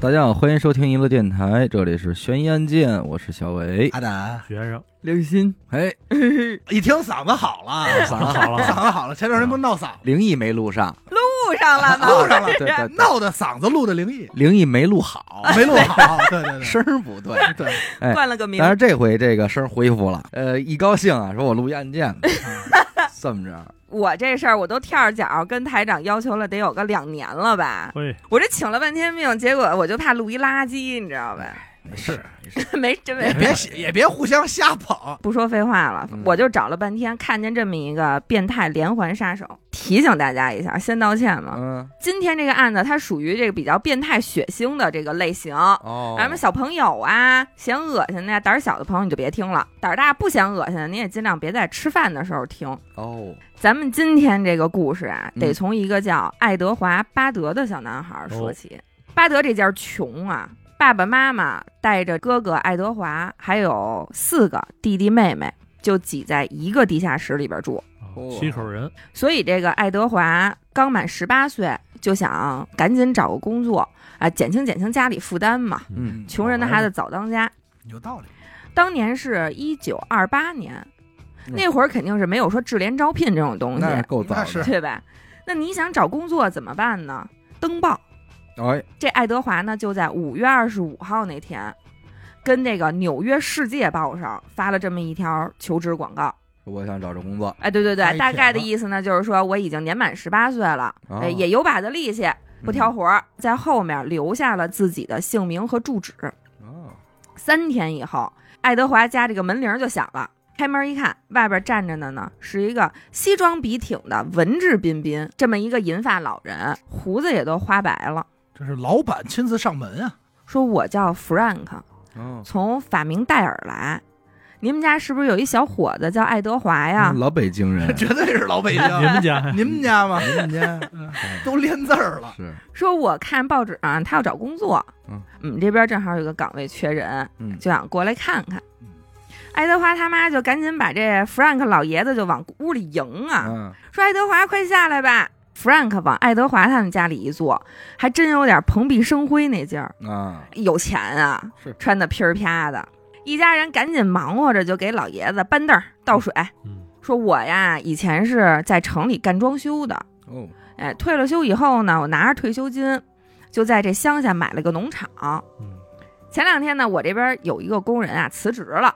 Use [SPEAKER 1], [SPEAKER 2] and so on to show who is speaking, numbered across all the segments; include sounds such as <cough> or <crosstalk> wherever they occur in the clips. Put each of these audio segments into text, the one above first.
[SPEAKER 1] 大家好，欢迎收听娱乐电台，这里是悬疑案件，我是小伟。
[SPEAKER 2] 阿达，
[SPEAKER 3] 学
[SPEAKER 4] <laughs>
[SPEAKER 3] 生，
[SPEAKER 1] 刘鑫，哎，
[SPEAKER 2] 一听嗓子好了，
[SPEAKER 3] 嗓子好了
[SPEAKER 2] <laughs> 嗓子好了。前段时间不闹嗓子
[SPEAKER 1] 灵异没录上，
[SPEAKER 4] 录上了
[SPEAKER 2] 录
[SPEAKER 1] <laughs>
[SPEAKER 4] 呢。
[SPEAKER 2] 上了，
[SPEAKER 1] 对对对，
[SPEAKER 2] 闹的嗓子录的灵异，
[SPEAKER 1] 灵异没录好，
[SPEAKER 2] 没录好。对对对，
[SPEAKER 1] 声儿不对。
[SPEAKER 2] 对，
[SPEAKER 1] 哎
[SPEAKER 4] 换了个名
[SPEAKER 1] 但，是这回这个声儿恢复了，呃，一高兴啊，说我录一案件呢，这么着，
[SPEAKER 4] 我这事儿我都跳着脚跟台长要求了，得有个两年了吧？
[SPEAKER 3] 嘿，
[SPEAKER 4] 我这请了半天病，结果我就怕录一垃圾，你知道吧？ <laughs>
[SPEAKER 1] 没事，没事，
[SPEAKER 4] 没真
[SPEAKER 2] 也
[SPEAKER 4] 没
[SPEAKER 2] 别也别互相瞎捧。
[SPEAKER 4] 不说废话了
[SPEAKER 1] 嗯，
[SPEAKER 4] 我就找了半天，看见这么一个变态连环杀手，提醒大家一下，先道歉嘛。
[SPEAKER 1] 嗯，
[SPEAKER 4] 今天这个案子它属于这个比较变态血腥的这个类型，
[SPEAKER 1] 哦，
[SPEAKER 4] 咱们小朋友啊，嫌恶心的呀，胆儿小的朋友你就别听了，胆儿大不嫌恶心的，你也尽量别在吃饭的时候听。
[SPEAKER 1] 哦，
[SPEAKER 4] 咱们今天这个故事啊，
[SPEAKER 1] 嗯
[SPEAKER 4] 得从一个叫爱德华·巴德的小男孩
[SPEAKER 1] 哦
[SPEAKER 4] 说起。巴德这家穷啊，爸爸妈妈带着哥哥爱德华，还有四个弟弟妹妹，就挤在一个地下室里边住。
[SPEAKER 3] 啊
[SPEAKER 1] 哦
[SPEAKER 3] 七口
[SPEAKER 4] <laughs>
[SPEAKER 3] 人，
[SPEAKER 4] 所以这个爱德华刚满十八岁，就想赶紧找个工作啊，减轻减轻家里负担嘛。
[SPEAKER 1] 嗯，
[SPEAKER 4] 穷人的孩子早当家。
[SPEAKER 2] 有道理，
[SPEAKER 4] 当年是一九二八年，
[SPEAKER 1] 嗯
[SPEAKER 4] 那会儿肯定是没有说智联招聘这种东西，
[SPEAKER 1] 那是够早
[SPEAKER 2] 那
[SPEAKER 1] 的， <laughs>
[SPEAKER 2] 是
[SPEAKER 4] 对吧？那你想找工作怎么办呢？登报。
[SPEAKER 1] 哎，
[SPEAKER 4] 这爱德华呢，就在五月二十五号那天，跟这个《纽约世界报》上发了这么一条求职广告。
[SPEAKER 1] 我想找着工作，
[SPEAKER 4] 哎，对对
[SPEAKER 2] 发一条
[SPEAKER 4] 对，大概的意思呢，就是说我已经年满十八岁了，
[SPEAKER 1] 哦
[SPEAKER 4] 哎，也有把子力气，不挑活儿，在后面留下了自己的姓名和住址。
[SPEAKER 1] 哦，
[SPEAKER 4] 三天以后，爱德华家这个门铃就响了。开门一看，外边站着的呢是一个西装笔挺的文质彬彬这么一个银发老人，胡子也都花白了。
[SPEAKER 2] 这是老板亲自上门啊。，
[SPEAKER 4] 说我叫 Frank，
[SPEAKER 1] 哦，
[SPEAKER 4] 从法明戴尔来。你们家是不是有一小伙子叫爱德华哎呀？
[SPEAKER 1] 老北京人
[SPEAKER 2] <laughs> 绝对是老北京。
[SPEAKER 4] 嗯
[SPEAKER 3] 你们家
[SPEAKER 2] 你们家吗？嗯
[SPEAKER 1] 你们家
[SPEAKER 2] 都连字儿了，
[SPEAKER 1] 是，
[SPEAKER 4] 说我看报纸上、他要找工作，
[SPEAKER 1] 嗯，
[SPEAKER 4] 我们这边正好有个岗位缺人，
[SPEAKER 1] 嗯
[SPEAKER 4] 就想过来看看
[SPEAKER 2] 嗯。
[SPEAKER 4] 爱德华他妈就赶紧把这 Frank 老爷子就往屋里迎啊，
[SPEAKER 1] 嗯，
[SPEAKER 4] 说爱德华快下来吧。Frank 往爱德华他们家里一坐，还真有点蓬荜生辉那劲儿，
[SPEAKER 1] 啊，
[SPEAKER 4] 有钱啊
[SPEAKER 1] 是，
[SPEAKER 4] 穿的噼儿啪的。一家人赶紧忙活着就给老爷子搬凳儿、倒水，
[SPEAKER 3] 嗯，
[SPEAKER 4] 说我呀以前是在城里干装修的，
[SPEAKER 1] 哦，
[SPEAKER 4] 哎，退了休以后呢，我拿着退休金，就在这乡下买了个农场。
[SPEAKER 3] 嗯，
[SPEAKER 4] 前两天呢，我这边有一个工人啊辞职了，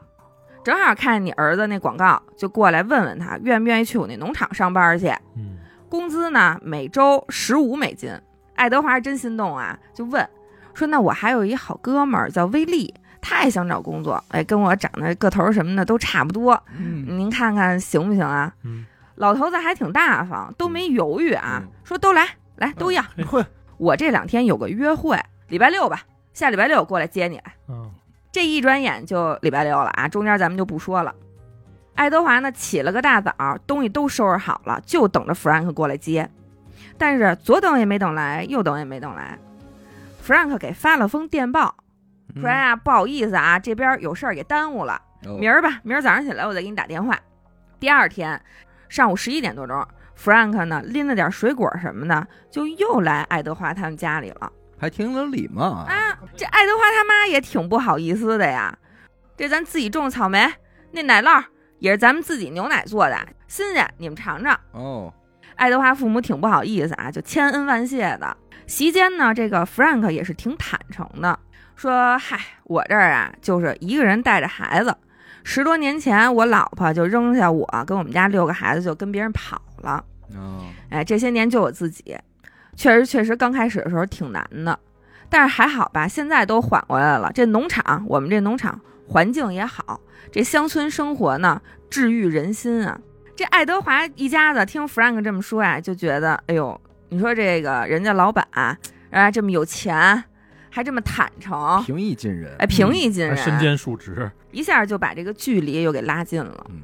[SPEAKER 4] 正好看见你儿子那广告，就过来问问他愿不愿意去我那农场上班去。
[SPEAKER 3] 嗯，
[SPEAKER 4] 工资呢每周十五美金。爱德华是真心动啊，就问说：“那我还有一好哥们儿叫威利，他也想找工作，哎，跟我长得个头儿什么的都差不多，
[SPEAKER 1] 嗯，
[SPEAKER 4] 您看看行不行啊
[SPEAKER 3] 嗯，？”
[SPEAKER 4] 老头子还挺大方，都没犹豫啊
[SPEAKER 1] 嗯，
[SPEAKER 4] 说都来，来都要。
[SPEAKER 2] 会
[SPEAKER 4] 我这两天有个约会，礼拜六吧，下礼拜六过来接你来。
[SPEAKER 3] 嗯，
[SPEAKER 4] 这一转眼就礼拜六了啊，中间咱们就不说了。爱德华呢起了个大早，东西都收拾好了，就等着弗兰克过来接。但是左等也没等来，右等也没等来。弗兰克给发了封电报，说哎
[SPEAKER 1] 嗯，
[SPEAKER 4] 呀、不好意思啊，这边有事儿给耽误了，
[SPEAKER 1] 哦
[SPEAKER 4] 明儿吧，明儿早上起来我再给你打电话。第二天上午十一点多钟，弗兰克呢拎了点水果什么的，就又来爱德华他们家里了。
[SPEAKER 1] 还挺有礼貌啊，
[SPEAKER 4] 啊，这爱德华他妈也挺不好意思的呀。这咱自己种草莓，那奶酪也是咱们自己牛奶做的，新鲜，你们尝尝。
[SPEAKER 1] 哦，
[SPEAKER 4] 爱德华父母挺不好意思啊，就千恩万谢的。席间呢，这个 Frank 也是挺坦诚的，说：“嗨，我这儿啊，就是一个人带着孩子。十多年前，我老婆就扔下我跟我们家六个孩子，就跟别人跑了。
[SPEAKER 1] 哦，
[SPEAKER 4] 哎，这些年就我自己，确实确实刚开始的时候挺难的，但是还好吧，现在都缓过来了。这农场，我们这农场环境也好，这乡村生活呢，治愈人心啊。这爱德华一家子听 Frank 这么说呀、就觉得，哎呦，你说这个人家老板啊，啊这么有钱，还这么坦诚，
[SPEAKER 1] 平易近人，
[SPEAKER 4] 哎，平易近
[SPEAKER 3] 嗯还
[SPEAKER 4] 人，
[SPEAKER 3] 啊身兼数职，
[SPEAKER 4] 一下就把这个距离又给拉近了。
[SPEAKER 1] 嗯，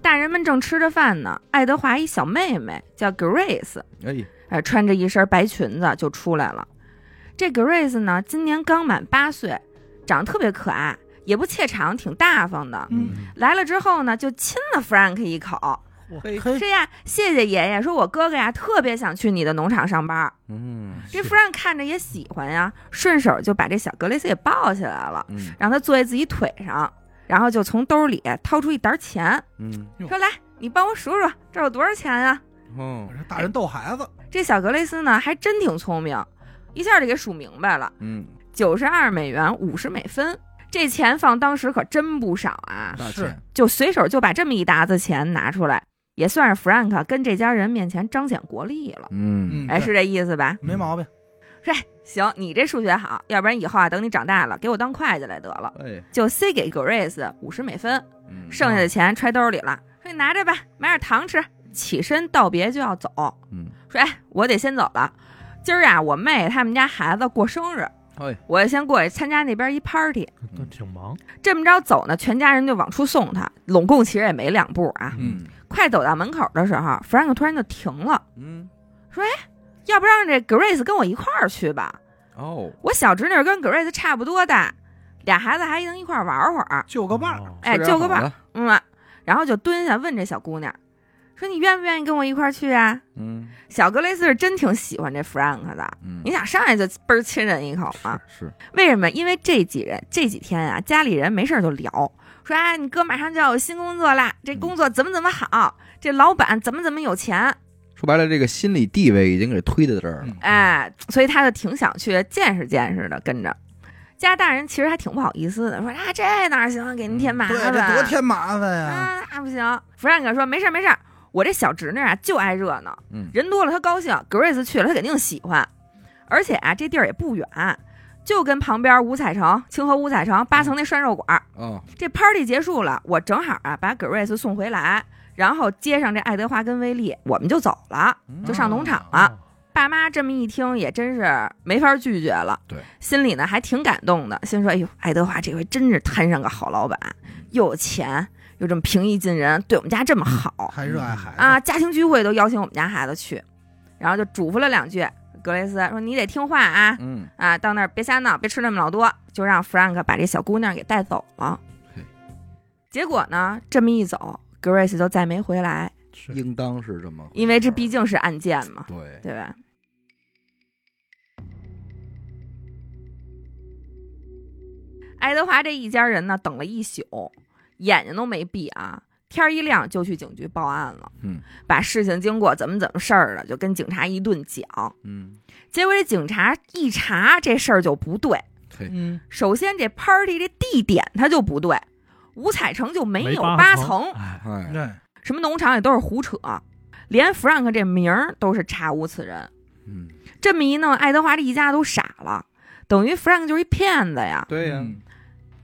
[SPEAKER 4] 大人们正吃着饭呢，爱德华一小妹妹叫 Grace，
[SPEAKER 1] 哎，
[SPEAKER 4] 呃，穿着一身白裙子就出来了。这 Grace 呢，今年刚满八岁，长得特别可爱，也不怯场，挺大方的。
[SPEAKER 1] 嗯
[SPEAKER 3] 嗯，
[SPEAKER 4] 来了之后呢，就亲了 Frank 一口，
[SPEAKER 2] 嘿
[SPEAKER 4] 是呀，谢谢爷爷，说我哥哥呀特别想去你的农场上班儿，
[SPEAKER 1] 嗯
[SPEAKER 4] 这夫人看着也喜欢呀，顺手就把这小格雷斯给抱起来了，
[SPEAKER 1] 嗯
[SPEAKER 4] 让他坐在自己腿上，然后就从兜里掏出一沓钱，
[SPEAKER 1] 嗯
[SPEAKER 4] 说来，你帮我数数这有多少钱啊？
[SPEAKER 1] 哦
[SPEAKER 2] 这大人逗孩子，
[SPEAKER 4] 这小格雷斯呢还真挺聪明，一下就给数明白了，
[SPEAKER 1] 嗯，
[SPEAKER 4] 九十二美元五十美分。这钱放当时可真不少啊！
[SPEAKER 1] 大
[SPEAKER 2] 是
[SPEAKER 1] 钱
[SPEAKER 4] 就随手就把这么一沓子钱拿出来，也算是 Frank 跟这家人面前彰显国力了。
[SPEAKER 1] 嗯
[SPEAKER 2] 嗯，
[SPEAKER 4] 哎，
[SPEAKER 2] 对
[SPEAKER 4] 是这意思吧？哎
[SPEAKER 2] 没毛病。
[SPEAKER 4] 行，你这数学好，要不然以后啊，等你长大了，给我当会计来得了。
[SPEAKER 1] 哎，
[SPEAKER 4] 就塞给 Grace 五十美分，
[SPEAKER 1] 嗯
[SPEAKER 4] 剩
[SPEAKER 2] 哦
[SPEAKER 4] 下的钱揣兜里了，说你拿着吧，买点糖吃。起身道别就要走，
[SPEAKER 1] 嗯
[SPEAKER 4] 说哎，我得先走了。今儿啊，我妹他们家孩子过生日，
[SPEAKER 1] 哎，
[SPEAKER 4] 我要先过去参加那边一 party。
[SPEAKER 1] 都
[SPEAKER 2] 挺忙，
[SPEAKER 4] 这么着走呢，全家人就往出送他，拢共其实也没两步啊。
[SPEAKER 1] 嗯
[SPEAKER 4] 快走到门口的时候，Frank 突然就停了，
[SPEAKER 1] 嗯
[SPEAKER 4] 要不让这 Grace 跟我一块儿去吧？
[SPEAKER 1] 哦，
[SPEAKER 4] 我小侄女跟 Grace 差不多大，俩孩子还能一块儿玩会儿，
[SPEAKER 2] 就个
[SPEAKER 3] 哦
[SPEAKER 2] 伴儿，
[SPEAKER 4] 哎，
[SPEAKER 1] 吃点
[SPEAKER 4] 就个
[SPEAKER 1] 好
[SPEAKER 4] 伴儿，
[SPEAKER 1] 的，
[SPEAKER 4] 嗯啊，然后就蹲下问这小姑娘，说你愿不愿意跟我一块儿去啊？
[SPEAKER 1] 嗯
[SPEAKER 4] 小格雷斯是真挺喜欢这 Frank 的，
[SPEAKER 1] 嗯，
[SPEAKER 4] 你想啊上来就倍儿亲人一口嘛？
[SPEAKER 1] 是
[SPEAKER 4] 为什么？因为这几人这几天啊，家里人没事儿就聊，说啊，你哥马上就要有新工作啦，
[SPEAKER 2] 嗯
[SPEAKER 4] 这工作怎么怎么好，这老板怎么怎么有钱，
[SPEAKER 1] 说白了，这个心理地位已经给推到这儿了，
[SPEAKER 2] 嗯，
[SPEAKER 4] 哎，所以他就挺想去见识见识的，跟着。家大人其实还挺不好意思的，说啊，这哪行啊，给您添麻
[SPEAKER 2] 嗯对，这
[SPEAKER 4] 烦，
[SPEAKER 2] 多添麻烦呀！
[SPEAKER 4] 啊，那不行。弗兰克说没事儿没事儿，我这小侄女啊就爱热闹，
[SPEAKER 1] 嗯
[SPEAKER 4] 人多了她高兴，Grace 去了她肯定喜欢，而且啊这地儿也不远，就跟旁边五彩城清河五彩城八层那涮肉馆儿。
[SPEAKER 1] 哦，
[SPEAKER 4] 这 party 结束了，我正好啊把 Grace 送回来，然后接上这爱德华跟威利，我们就走了，
[SPEAKER 1] 嗯
[SPEAKER 4] 就上农场了。
[SPEAKER 2] 啊，
[SPEAKER 4] 爸妈这么一听，也真是没法拒绝了。
[SPEAKER 1] 对，
[SPEAKER 4] 心里呢还挺感动的，心说：“哎呦，爱德华这回真是摊上个好老板，又有钱，又这么平易近人，对我们家这么好
[SPEAKER 2] 还热爱
[SPEAKER 1] 嗯
[SPEAKER 2] 孩子
[SPEAKER 4] 啊！家庭聚会都邀请我们家孩子去，然后就嘱咐了两句。格雷斯说：‘你得听话啊，
[SPEAKER 1] 嗯
[SPEAKER 4] 啊，到那儿别瞎闹，别吃那么老多。’就让弗兰克把这小姑娘给带走了
[SPEAKER 1] 嘿。
[SPEAKER 4] 结果呢，这么一走，Grace 就再没回来，
[SPEAKER 2] 是
[SPEAKER 1] 应当是这么回事儿，
[SPEAKER 4] 因为这毕竟是案件嘛，
[SPEAKER 1] 对，
[SPEAKER 4] 对吧？爱德华这一家人呢，等了一宿，眼睛都没闭啊。天儿一亮就去警局报案了，
[SPEAKER 1] 嗯
[SPEAKER 4] 把事情经过怎么怎么事儿了，就跟警察一顿讲。
[SPEAKER 1] 嗯，
[SPEAKER 4] 结果这警察一查，这事儿就不对。
[SPEAKER 1] 嘿，
[SPEAKER 2] 嗯，
[SPEAKER 4] 首先，这 party 这地点它就不对，五彩城就没
[SPEAKER 3] 没
[SPEAKER 4] 有
[SPEAKER 3] 八
[SPEAKER 4] 八层，
[SPEAKER 3] 哎，
[SPEAKER 1] 哎，
[SPEAKER 2] 对，
[SPEAKER 4] 什么农场也都是胡扯，连 Frank 这名儿都是查无此人。
[SPEAKER 1] 嗯，
[SPEAKER 4] 这么一弄，爱德华这一家都傻了，等于 Frank 就是一骗子呀。
[SPEAKER 1] 对呀，
[SPEAKER 2] 嗯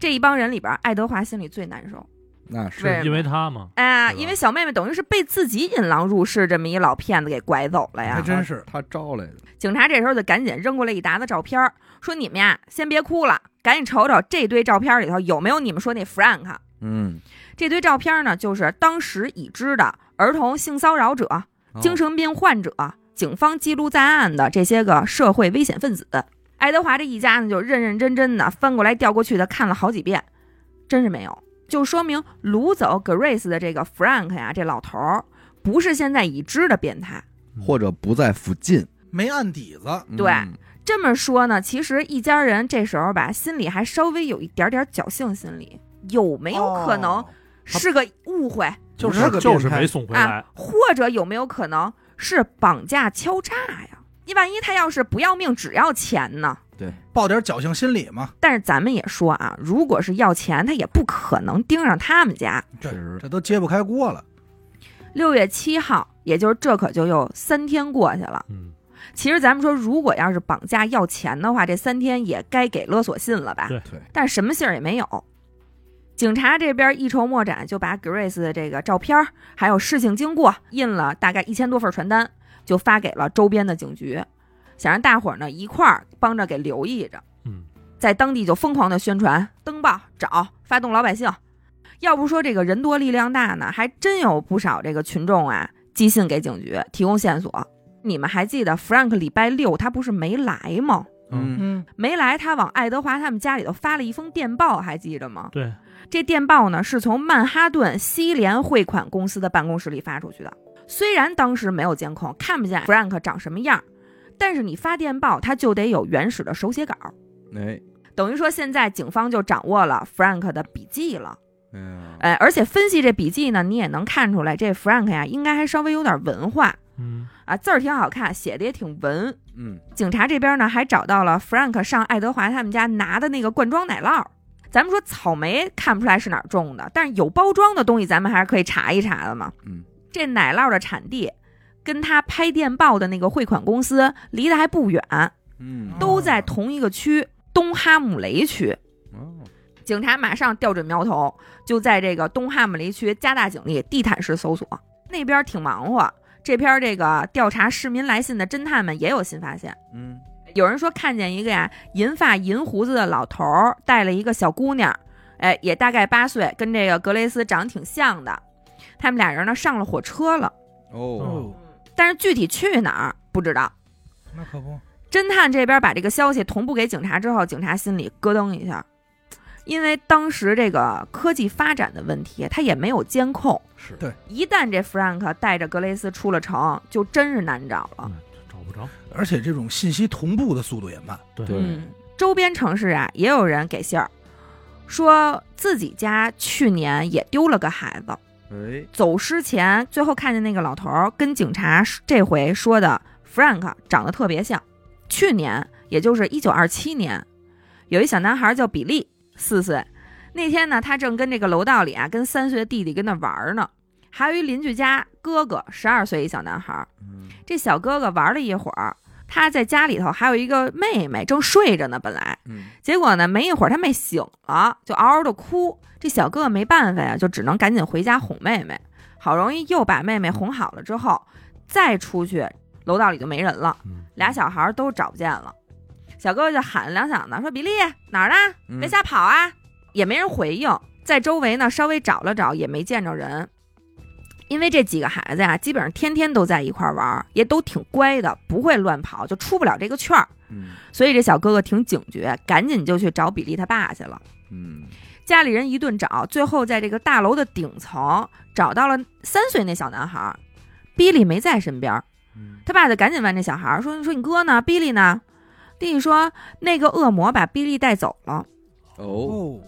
[SPEAKER 4] 这一帮人里边，爱德华心里最难受。
[SPEAKER 1] 那是
[SPEAKER 4] 为什么
[SPEAKER 3] 因为他嘛，
[SPEAKER 4] 哎，
[SPEAKER 3] 是吧
[SPEAKER 4] 因为小妹妹等于是被自己引狼入室，这么一老骗子给拐走了
[SPEAKER 2] 还
[SPEAKER 4] 哎
[SPEAKER 3] 嗯
[SPEAKER 4] 呀。
[SPEAKER 2] 真是
[SPEAKER 1] 他招来的，
[SPEAKER 4] 警察这时候就赶紧扔过来一沓子照片儿，说：“你们呀，先别哭了，赶紧瞅瞅这堆照片里头有没有你们说那 Frank。
[SPEAKER 1] 嗯，”
[SPEAKER 4] 这堆照片呢，就是当时已知的儿童性骚扰者、
[SPEAKER 1] 哦
[SPEAKER 4] 精神病患者、警方记录在案的这些个社会危险分子。爱德华这一家呢，就认认真真的翻过来调过去的看了好几遍，真是没有，就说明掳走 Grace 的这个 Frank 呀，这老头儿不是现在已知的变态。
[SPEAKER 1] 或者不在附近，
[SPEAKER 2] 没案底子，
[SPEAKER 4] 对
[SPEAKER 1] 嗯
[SPEAKER 4] 这么说呢，其实一家人这时候吧，心里还稍微有一点点侥幸心理，有没有可能
[SPEAKER 2] 哦
[SPEAKER 4] 是个误会、
[SPEAKER 2] 就
[SPEAKER 3] 不是
[SPEAKER 2] 个
[SPEAKER 3] 嗯就是
[SPEAKER 2] 变态
[SPEAKER 3] 没送回来
[SPEAKER 4] 啊，？或者有没有可能是绑架敲诈呀？你万一他要是不要命只要钱呢？
[SPEAKER 2] 抱点侥幸心理嘛，
[SPEAKER 4] 但是咱们也说啊，如果是要钱，他也不可能盯上他们家。
[SPEAKER 2] 这
[SPEAKER 1] 确实
[SPEAKER 2] 这都揭不开锅了。
[SPEAKER 4] 六月七号，也就是这可就又三天过去了。
[SPEAKER 3] 嗯，
[SPEAKER 4] 其实咱们说，如果要是绑架要钱的话，这三天也该给勒索信了吧？
[SPEAKER 3] 对
[SPEAKER 1] 对，
[SPEAKER 4] 但什么信儿也没有。警察这边一筹莫展，就把 Grace 的这个照片儿还有事情经过印了大概一千多份传单，就发给了周边的警局，想让大伙儿呢一块儿帮着给留意着。
[SPEAKER 3] 嗯，
[SPEAKER 4] 在当地就疯狂的宣传、登报、找、发动老百姓。要不说这个人多力量大呢，还真有不少这个群众啊寄信给警局提供线索。你们还记得 Frank 礼拜六他不是没来吗？
[SPEAKER 1] 嗯
[SPEAKER 2] 嗯，
[SPEAKER 4] 没来，他往爱德华他们家里头发了一封电报，还记着吗？
[SPEAKER 3] 对，
[SPEAKER 4] 这电报呢是从曼哈顿西联汇款公司的办公室里发出去的。虽然当时没有监控，看不见 Frank 长什么样，但是你发电报，他就得有原始的手写稿。
[SPEAKER 1] 哎，
[SPEAKER 4] 等于说，现在警方就掌握了 Frank 的笔记了。
[SPEAKER 1] 嗯，
[SPEAKER 4] 哎，而且分析这笔记呢，你也能看出来，这 Frank 呀，应该还稍微有点文化
[SPEAKER 3] 嗯
[SPEAKER 4] 啊，字儿挺好看，写的也挺文。
[SPEAKER 1] 嗯，
[SPEAKER 4] 警察这边呢还找到了 Frank 上爱德华他们家拿的那个罐装奶酪。咱们说草莓看不出来是哪儿种的，但是有包装的东西咱们还是可以查一查的嘛。
[SPEAKER 1] 嗯，
[SPEAKER 4] 这奶酪的产地跟他拍电报的那个汇款公司离得还不远，
[SPEAKER 1] 嗯，
[SPEAKER 4] 都在同一个区——东哈姆雷区。
[SPEAKER 1] 哦，
[SPEAKER 4] 警察马上调准苗头，就在这个东汉姆雷区加大警力，地毯式搜索。那边挺忙活，这边这个调查市民来信的侦探们也有新发现。
[SPEAKER 1] 嗯，
[SPEAKER 4] 有人说看见一个呀银发银胡子的老头儿带了一个小姑娘，哎，也大概八岁，跟这个格雷斯长得挺像的。他们俩人呢上了火车了，
[SPEAKER 1] 哦，
[SPEAKER 2] 哦，
[SPEAKER 4] 但是具体去哪儿不知道。
[SPEAKER 2] 那可不，
[SPEAKER 4] 侦探这边把这个消息同步给警察之后，警察心里咯噔一下，因为当时这个科技发展的问题，他也没有监控。
[SPEAKER 3] 是
[SPEAKER 2] 对
[SPEAKER 4] 一旦这 Frank 带着格雷斯出了城，就真是难找了。
[SPEAKER 3] 嗯找不着，
[SPEAKER 2] 而且这种信息同步的速度也慢。
[SPEAKER 3] 对
[SPEAKER 1] 对
[SPEAKER 4] 嗯，周边城市啊，也有人给信儿，说自己家去年也丢了个孩子，
[SPEAKER 1] 哎，
[SPEAKER 4] 走失前最后看见那个老头儿跟警察这回说的 Frank 长得特别像。去年，也就是一九二七年，有一小男孩叫比利，四岁。那天呢，他正跟这个楼道里啊，跟三岁的弟弟跟那玩儿呢，还有一邻居家哥哥，十二岁一小男孩儿。
[SPEAKER 1] 嗯，
[SPEAKER 4] 这小哥哥玩了一会儿，他在家里头还有一个妹妹正睡着呢，本来。
[SPEAKER 1] 嗯，
[SPEAKER 4] 结果呢，没一会儿他妹醒了，就嗷嗷的哭。这小哥哥没办法呀，就只能赶紧回家哄妹妹。好容易又把妹妹哄好了之后，再出去楼道里就没人了，
[SPEAKER 3] 嗯
[SPEAKER 4] 俩小孩都找不见了。小哥哥就喊了两嗓子，说：“比利哪儿呢？
[SPEAKER 1] 嗯
[SPEAKER 4] 别，瞎跑啊！”也没人回应，在周围呢稍微找了找，也没见着人。因为这几个孩子呀、基本上天天都在一块儿玩儿，也都挺乖的，不会乱跑，就出不了这个圈儿。
[SPEAKER 1] 嗯，
[SPEAKER 4] 所以这小哥哥挺警觉，赶紧就去找比利他爸去了。
[SPEAKER 1] 嗯，
[SPEAKER 4] 家里人一顿找，最后在这个大楼的顶层找到了三岁那小男孩儿。比利没在身边儿，
[SPEAKER 1] 嗯，
[SPEAKER 4] 他爸就赶紧问这小孩儿说：“你说你哥呢？比利呢？”弟弟说：“那个恶魔把比利带走了。
[SPEAKER 1] 哦，
[SPEAKER 2] 哦，”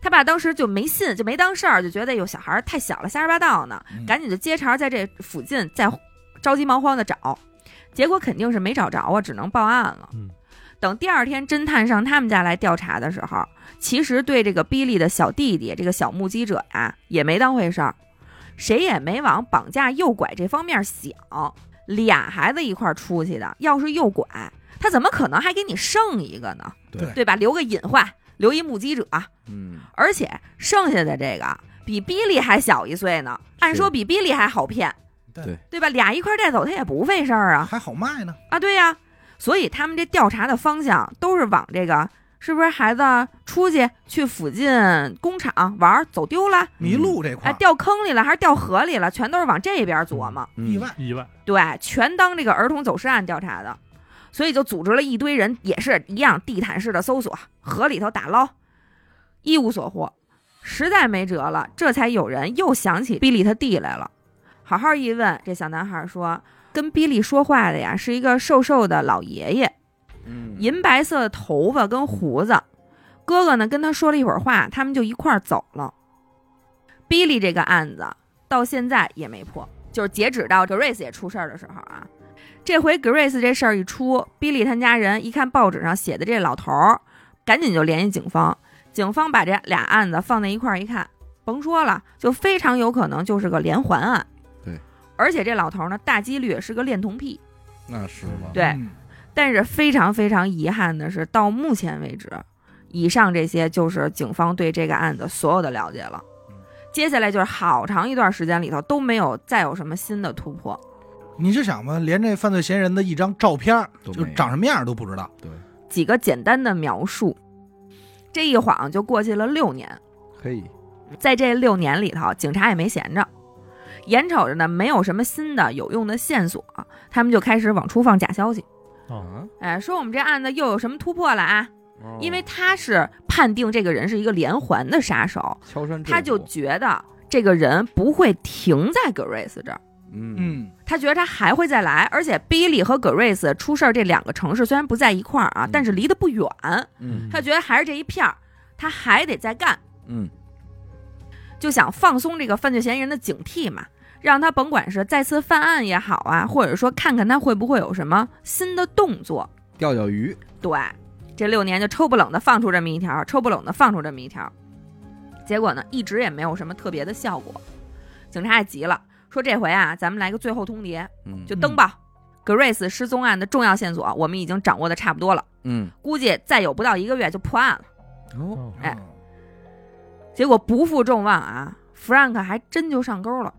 [SPEAKER 4] 他爸当时就没信，就没当事儿，就觉得有小孩儿太小了，瞎说八道呢，
[SPEAKER 2] 嗯
[SPEAKER 4] 赶紧就接茬儿在这附近再着急忙慌的找，结果肯定是没找着啊，只能报案了。
[SPEAKER 3] 嗯
[SPEAKER 4] 等第二天侦探上他们家来调查的时候，其实对这个比利的小弟弟这个小目击者啊也没当回事儿，谁也没往绑架诱拐这方面想。俩孩子一块儿出去的，要是诱拐，他怎么可能还给你剩一个呢？
[SPEAKER 2] 对
[SPEAKER 4] 对吧？留个隐患，留一目击者，啊
[SPEAKER 1] 嗯，
[SPEAKER 4] 而且剩下的这个比比利还小一岁呢，按说
[SPEAKER 1] 是
[SPEAKER 4] 比比利还好骗，
[SPEAKER 1] 对
[SPEAKER 4] 对吧？俩一块儿带走他也不费事儿啊。
[SPEAKER 2] 还好卖呢。
[SPEAKER 4] 啊，对呀、所以他们这调查的方向都是往这个是不是孩子出去去附近工厂玩儿走丢
[SPEAKER 1] 啊
[SPEAKER 4] 了，
[SPEAKER 2] 迷
[SPEAKER 1] 嗯
[SPEAKER 2] 路这块
[SPEAKER 4] 哎，
[SPEAKER 2] 儿
[SPEAKER 4] 掉坑里了还是掉河里了，全都是往这边琢磨，
[SPEAKER 1] 嗯
[SPEAKER 2] 意，外，
[SPEAKER 3] 意外，
[SPEAKER 4] 对，全当这个儿童走失案调查的，所以就组织了一堆人，也是一样地毯式的搜索，河里头打捞，一无所获，实在没辙了，这才有人又想起比利他弟来了，好好一问，这小男孩说，跟比利说话的呀是一个瘦瘦的老爷爷，
[SPEAKER 1] 嗯，
[SPEAKER 4] 银白色的头发跟胡子。哥哥呢跟他说了一会儿话，他们就一块儿走了。比利这个案子到现在也没破，就是截止到 Grace 也出事儿的时候啊。这回 Grace 这事儿一出，比利他家人一看报纸上写的这老头儿，赶紧就联系警方。警方把这俩案子放在一块儿一看，甭说了，就非常有可能就是个连环案。
[SPEAKER 1] 对，
[SPEAKER 4] 而且这老头儿呢，大几率是个恋童癖。
[SPEAKER 1] 那是了，
[SPEAKER 4] 对
[SPEAKER 2] 嗯，
[SPEAKER 4] 但是非常非常遗憾的是，到目前为止，以上这些就是警方对这个案子所有的了解了
[SPEAKER 1] 嗯。
[SPEAKER 4] 接下来就是好长一段时间里头都没有再有什么新的突破。
[SPEAKER 2] 你就想吧，连这犯罪嫌疑人的一张照片儿，
[SPEAKER 1] 都
[SPEAKER 2] 就
[SPEAKER 1] 没有
[SPEAKER 2] 长什么样儿都不知道。
[SPEAKER 1] 对，
[SPEAKER 4] 几个简单的描述，这一晃就过去了六年。
[SPEAKER 1] 嘿，
[SPEAKER 4] 在这六年里头，警察也没闲着，眼瞅着呢没有什么新的有用的线索，他们就开始往出放假消息。
[SPEAKER 3] 哦，
[SPEAKER 1] 啊，
[SPEAKER 4] 哎，说我们这案子又有什么突破了啊？
[SPEAKER 1] 哦
[SPEAKER 4] 因为他是判定这个人是一个连环的杀手，
[SPEAKER 1] 敲山震
[SPEAKER 4] 他就
[SPEAKER 1] 虎
[SPEAKER 4] 觉得这个人不会停在格瑞斯这儿，
[SPEAKER 1] 嗯
[SPEAKER 2] 嗯，
[SPEAKER 4] 他觉得他还会再来。而且 Billy 和格瑞斯出事儿这两个城市虽然不在一块儿啊
[SPEAKER 1] 嗯，
[SPEAKER 4] 但是离得不远，
[SPEAKER 1] 嗯
[SPEAKER 4] 他觉得还是这一片儿，他还得再干，
[SPEAKER 1] 嗯
[SPEAKER 4] 就想放松这个犯罪嫌疑人的警惕嘛。让他甭管是再次犯案也好啊，或者说看看他会不会有什么新的动作，
[SPEAKER 1] 钓钓鱼，
[SPEAKER 4] 对，这六年就抽不冷的放出这么一条，抽不冷的放出这么一条，结果呢，一直也没有什么特别的效果。警察也急了，说这回啊，咱们来个最后通牒，
[SPEAKER 1] 嗯
[SPEAKER 4] 就登报。格瑞斯失踪案的重要线索，我们已经掌握的差不多了，
[SPEAKER 1] 嗯
[SPEAKER 4] 估计再有不到一个月就破案了。
[SPEAKER 2] 嗯
[SPEAKER 1] 哦
[SPEAKER 4] 哎，结果不负众望啊，弗兰克还真就上钩了。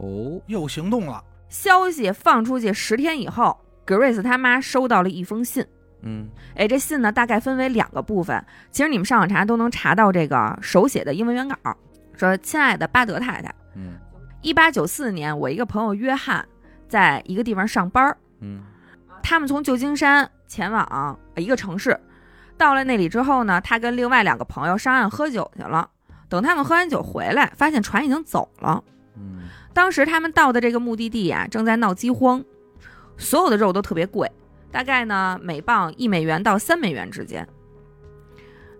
[SPEAKER 1] 哦
[SPEAKER 2] 有行动了，
[SPEAKER 4] 消息放出去十天以后，格瑞斯他妈收到了一封信，
[SPEAKER 1] 嗯
[SPEAKER 4] 哎，这信呢大概分为两个部分，其实你们上网查都能查到这个手写的英文原稿。说，亲爱的巴德太太，
[SPEAKER 1] 嗯
[SPEAKER 4] 一八九四年，我一个朋友约翰在一个地方上班儿，
[SPEAKER 1] 嗯
[SPEAKER 4] 他们从旧金山前往、呃一个城市，到了那里之后呢，他跟另外两个朋友上岸喝酒去了。等他们喝完酒回来，发现船已经走了。
[SPEAKER 1] 嗯
[SPEAKER 4] 当时他们到的这个目的地啊，正在闹饥荒，所有的肉都特别贵，大概呢每磅一美元到三美元之间。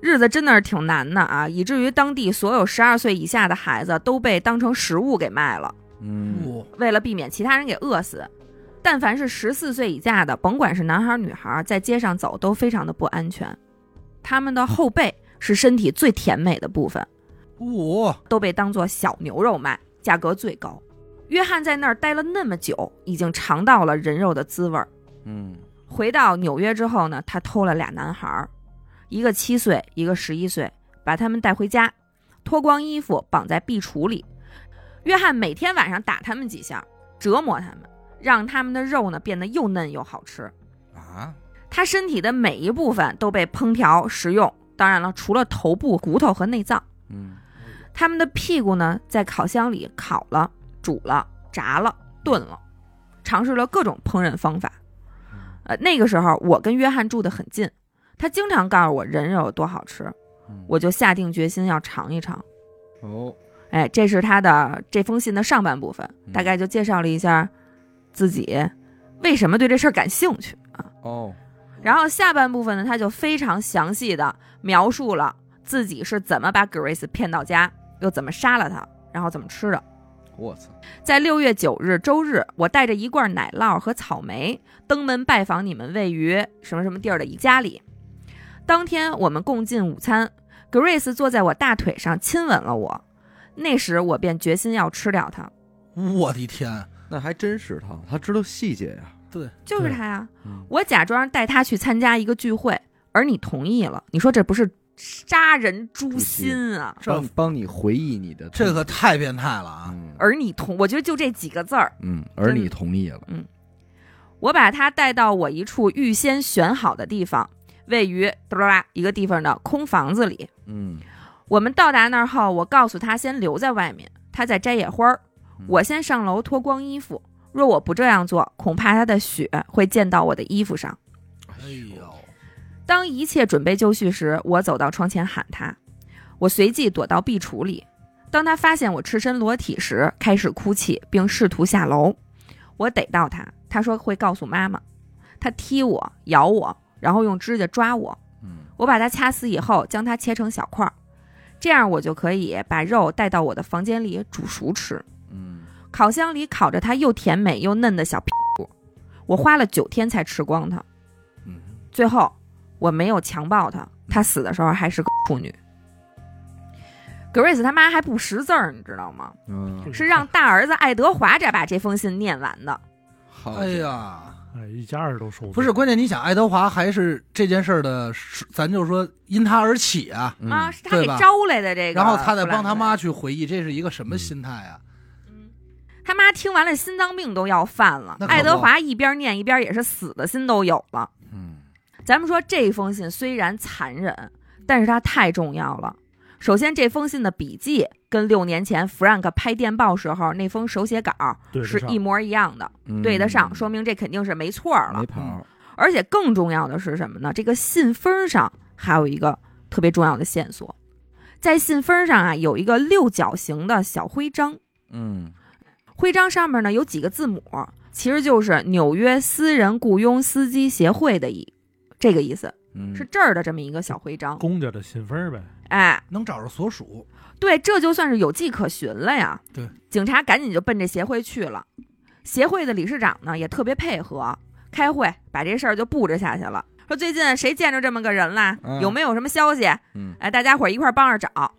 [SPEAKER 4] 日子真的是挺难的啊，以至于当地所有十二岁以下的孩子都被当成食物给卖了，
[SPEAKER 1] 嗯
[SPEAKER 2] 不，
[SPEAKER 4] 为了避免其他人给饿死。但凡是十四岁以下的，甭管是男孩儿女孩儿，在街上走都非常的不安全。他们的后背是身体最甜美的部分，
[SPEAKER 2] 不，
[SPEAKER 4] 都被当做小牛肉卖，价格最高。约翰在那儿待了那么久，已经尝到了人肉的滋味儿。
[SPEAKER 1] 嗯
[SPEAKER 4] 回到纽约之后呢，他偷了俩男孩儿，一个七岁，一个十一岁，把他们带回家，脱光衣服绑在壁橱里。约翰每天晚上打他们几下，折磨他们，让他们的肉呢变得又嫩又好吃。
[SPEAKER 1] 啊
[SPEAKER 4] 他身体的每一部分都被烹调食用，当然了，除了头部、骨头和内脏。
[SPEAKER 1] 嗯
[SPEAKER 4] 他们的屁股呢，在烤箱里烤了、煮了、炸了、炖了，尝试了各种烹饪方法。呃，那个时候我跟约翰住得很近，他经常告诉我人肉有多好吃，
[SPEAKER 1] 嗯
[SPEAKER 4] 我就下定决心要尝一尝。
[SPEAKER 1] 哦
[SPEAKER 4] 哎，这是他的这封信的上半部分，大概就介绍了一下自己为什么对这事儿感兴趣。
[SPEAKER 1] 哦
[SPEAKER 4] 然后下半部分呢，他就非常详细的描述了自己是怎么把 Grace 骗到家，又怎么杀了他，然后怎么吃的。
[SPEAKER 1] 我操
[SPEAKER 4] 在六月九日周日，我带着一罐奶酪和草莓登门拜访你们位于什么什么地儿的一家里。当天我们共进午餐，Grace 坐在我大腿上亲吻了我，那时我便决心要吃掉他。
[SPEAKER 2] 我的天，
[SPEAKER 1] 那还真是他，他知道细节呀、
[SPEAKER 2] 对，
[SPEAKER 4] 就是他呀，
[SPEAKER 1] 嗯
[SPEAKER 4] 我假装带他去参加一个聚会，而你同意了，你说这不是杀人诛心啊？
[SPEAKER 2] 这
[SPEAKER 1] 帮帮你回忆你的
[SPEAKER 2] 这可太变态了啊！
[SPEAKER 1] 嗯
[SPEAKER 4] 而你同，我觉得就这几个字儿，
[SPEAKER 1] 嗯，而你同意了，
[SPEAKER 4] 我把他带到我一处预先选好的地方，位于哒啦啦一个地方的空房子里。
[SPEAKER 1] 嗯
[SPEAKER 4] 我们到达那儿后，我告诉他先留在外面，他在摘野花儿
[SPEAKER 1] 嗯。
[SPEAKER 4] 我先上楼脱光衣服，若我不这样做，恐怕他的血会溅到我的衣服上。
[SPEAKER 1] 嗯
[SPEAKER 2] 哎呦，
[SPEAKER 4] 当一切准备就绪时，我走到窗前喊他，我随即躲到壁橱里。当他发现我赤身裸体时，开始哭泣，并试图下楼。我逮到他，他说会告诉妈妈。他踢我、咬我，然后用指甲抓我。
[SPEAKER 1] 嗯
[SPEAKER 4] 我把他掐死以后，将他切成小块儿，这样我就可以把肉带到我的房间里煮熟吃。
[SPEAKER 1] 嗯
[SPEAKER 4] 烤箱里烤着他又甜美又嫩的小屁股，我花了九天才吃光它。
[SPEAKER 1] 嗯
[SPEAKER 4] 最后我没有强暴她，她死的时候还是个处女。Grace 他妈还不识字儿，你知道吗？
[SPEAKER 1] 嗯，
[SPEAKER 4] 是让大儿子爱德华这把这封信念完的。
[SPEAKER 1] 好
[SPEAKER 2] 哎呀，
[SPEAKER 3] 哎，一家人都受
[SPEAKER 2] 不是关键，你想爱德华还是这件事儿的始，咱就说因他而起啊，
[SPEAKER 4] 啊，
[SPEAKER 1] 嗯
[SPEAKER 4] 是他给
[SPEAKER 2] 对吧
[SPEAKER 4] 招来的这个。
[SPEAKER 2] 然后他再帮他妈，去回忆，这是一个什
[SPEAKER 1] 嗯
[SPEAKER 2] 么心态啊？
[SPEAKER 4] 他妈听完了心脏病都要犯了
[SPEAKER 2] 那。可不
[SPEAKER 4] 爱德华一边念一边也是死的心都有了。
[SPEAKER 1] 嗯
[SPEAKER 4] 咱们说这封信虽然残忍，但是它太重要了。首先，这封信的笔记跟六年前 Frank 拍电报时候那封手写稿
[SPEAKER 3] 对得
[SPEAKER 4] 是
[SPEAKER 3] 上
[SPEAKER 4] 一模一样的。
[SPEAKER 1] 嗯
[SPEAKER 4] 对得上，说明这肯定是没错儿了
[SPEAKER 1] 没。跑，
[SPEAKER 4] 而且更重要的是什么呢？这个信封上还有一个特别重要的线索，在信封上啊有一个六角形的小徽章，
[SPEAKER 1] 嗯
[SPEAKER 4] 徽章上面呢有几个字母，其实就是纽约私人雇佣司机协会的意，这个意思
[SPEAKER 1] 嗯，
[SPEAKER 4] 是这儿的这么一个小徽章。
[SPEAKER 3] 公家的信封儿呗。
[SPEAKER 4] 哎，
[SPEAKER 2] 能找着所属，
[SPEAKER 4] 对，这就算是有迹可循了呀。
[SPEAKER 2] 对，
[SPEAKER 4] 警察赶紧就奔这协会去了。协会的理事长呢也特别配合，开会把这事儿就布置下去了。说最近谁见着这么个人啦？
[SPEAKER 1] 嗯
[SPEAKER 4] 有没有什么消息？
[SPEAKER 1] 嗯
[SPEAKER 4] 哎，大家伙儿一块儿帮着找。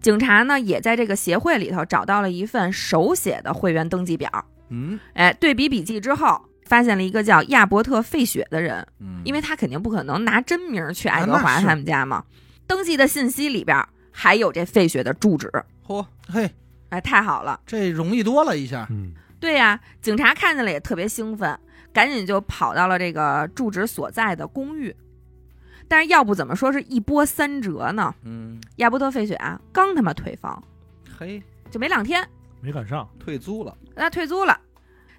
[SPEAKER 4] 警察呢也在这个协会里头找到了一份手写的会员登记表。
[SPEAKER 1] 嗯
[SPEAKER 4] 哎，对比笔记之后，发现了一个叫亚伯特·费雪的人，
[SPEAKER 1] 嗯，
[SPEAKER 4] 因为他肯定不可能拿真名去爱德
[SPEAKER 2] 啊那
[SPEAKER 4] 华
[SPEAKER 2] 是
[SPEAKER 4] 他们家嘛。登记的信息里边还有这费雪的住址，
[SPEAKER 1] 嚯，
[SPEAKER 2] 嘿，
[SPEAKER 4] 哎，太好了！
[SPEAKER 2] 这容易多了一下。
[SPEAKER 3] 嗯，
[SPEAKER 4] 对呀、警察看见了也特别兴奋，赶紧就跑到了这个住址所在的公寓。但是要不怎么说是一波三折呢？
[SPEAKER 1] 嗯
[SPEAKER 4] 亚伯特·费雪啊，刚他妈退房
[SPEAKER 1] 嘿，嗯
[SPEAKER 4] 就没两天，
[SPEAKER 3] 没赶上。
[SPEAKER 1] 退租了，
[SPEAKER 4] 那退租了。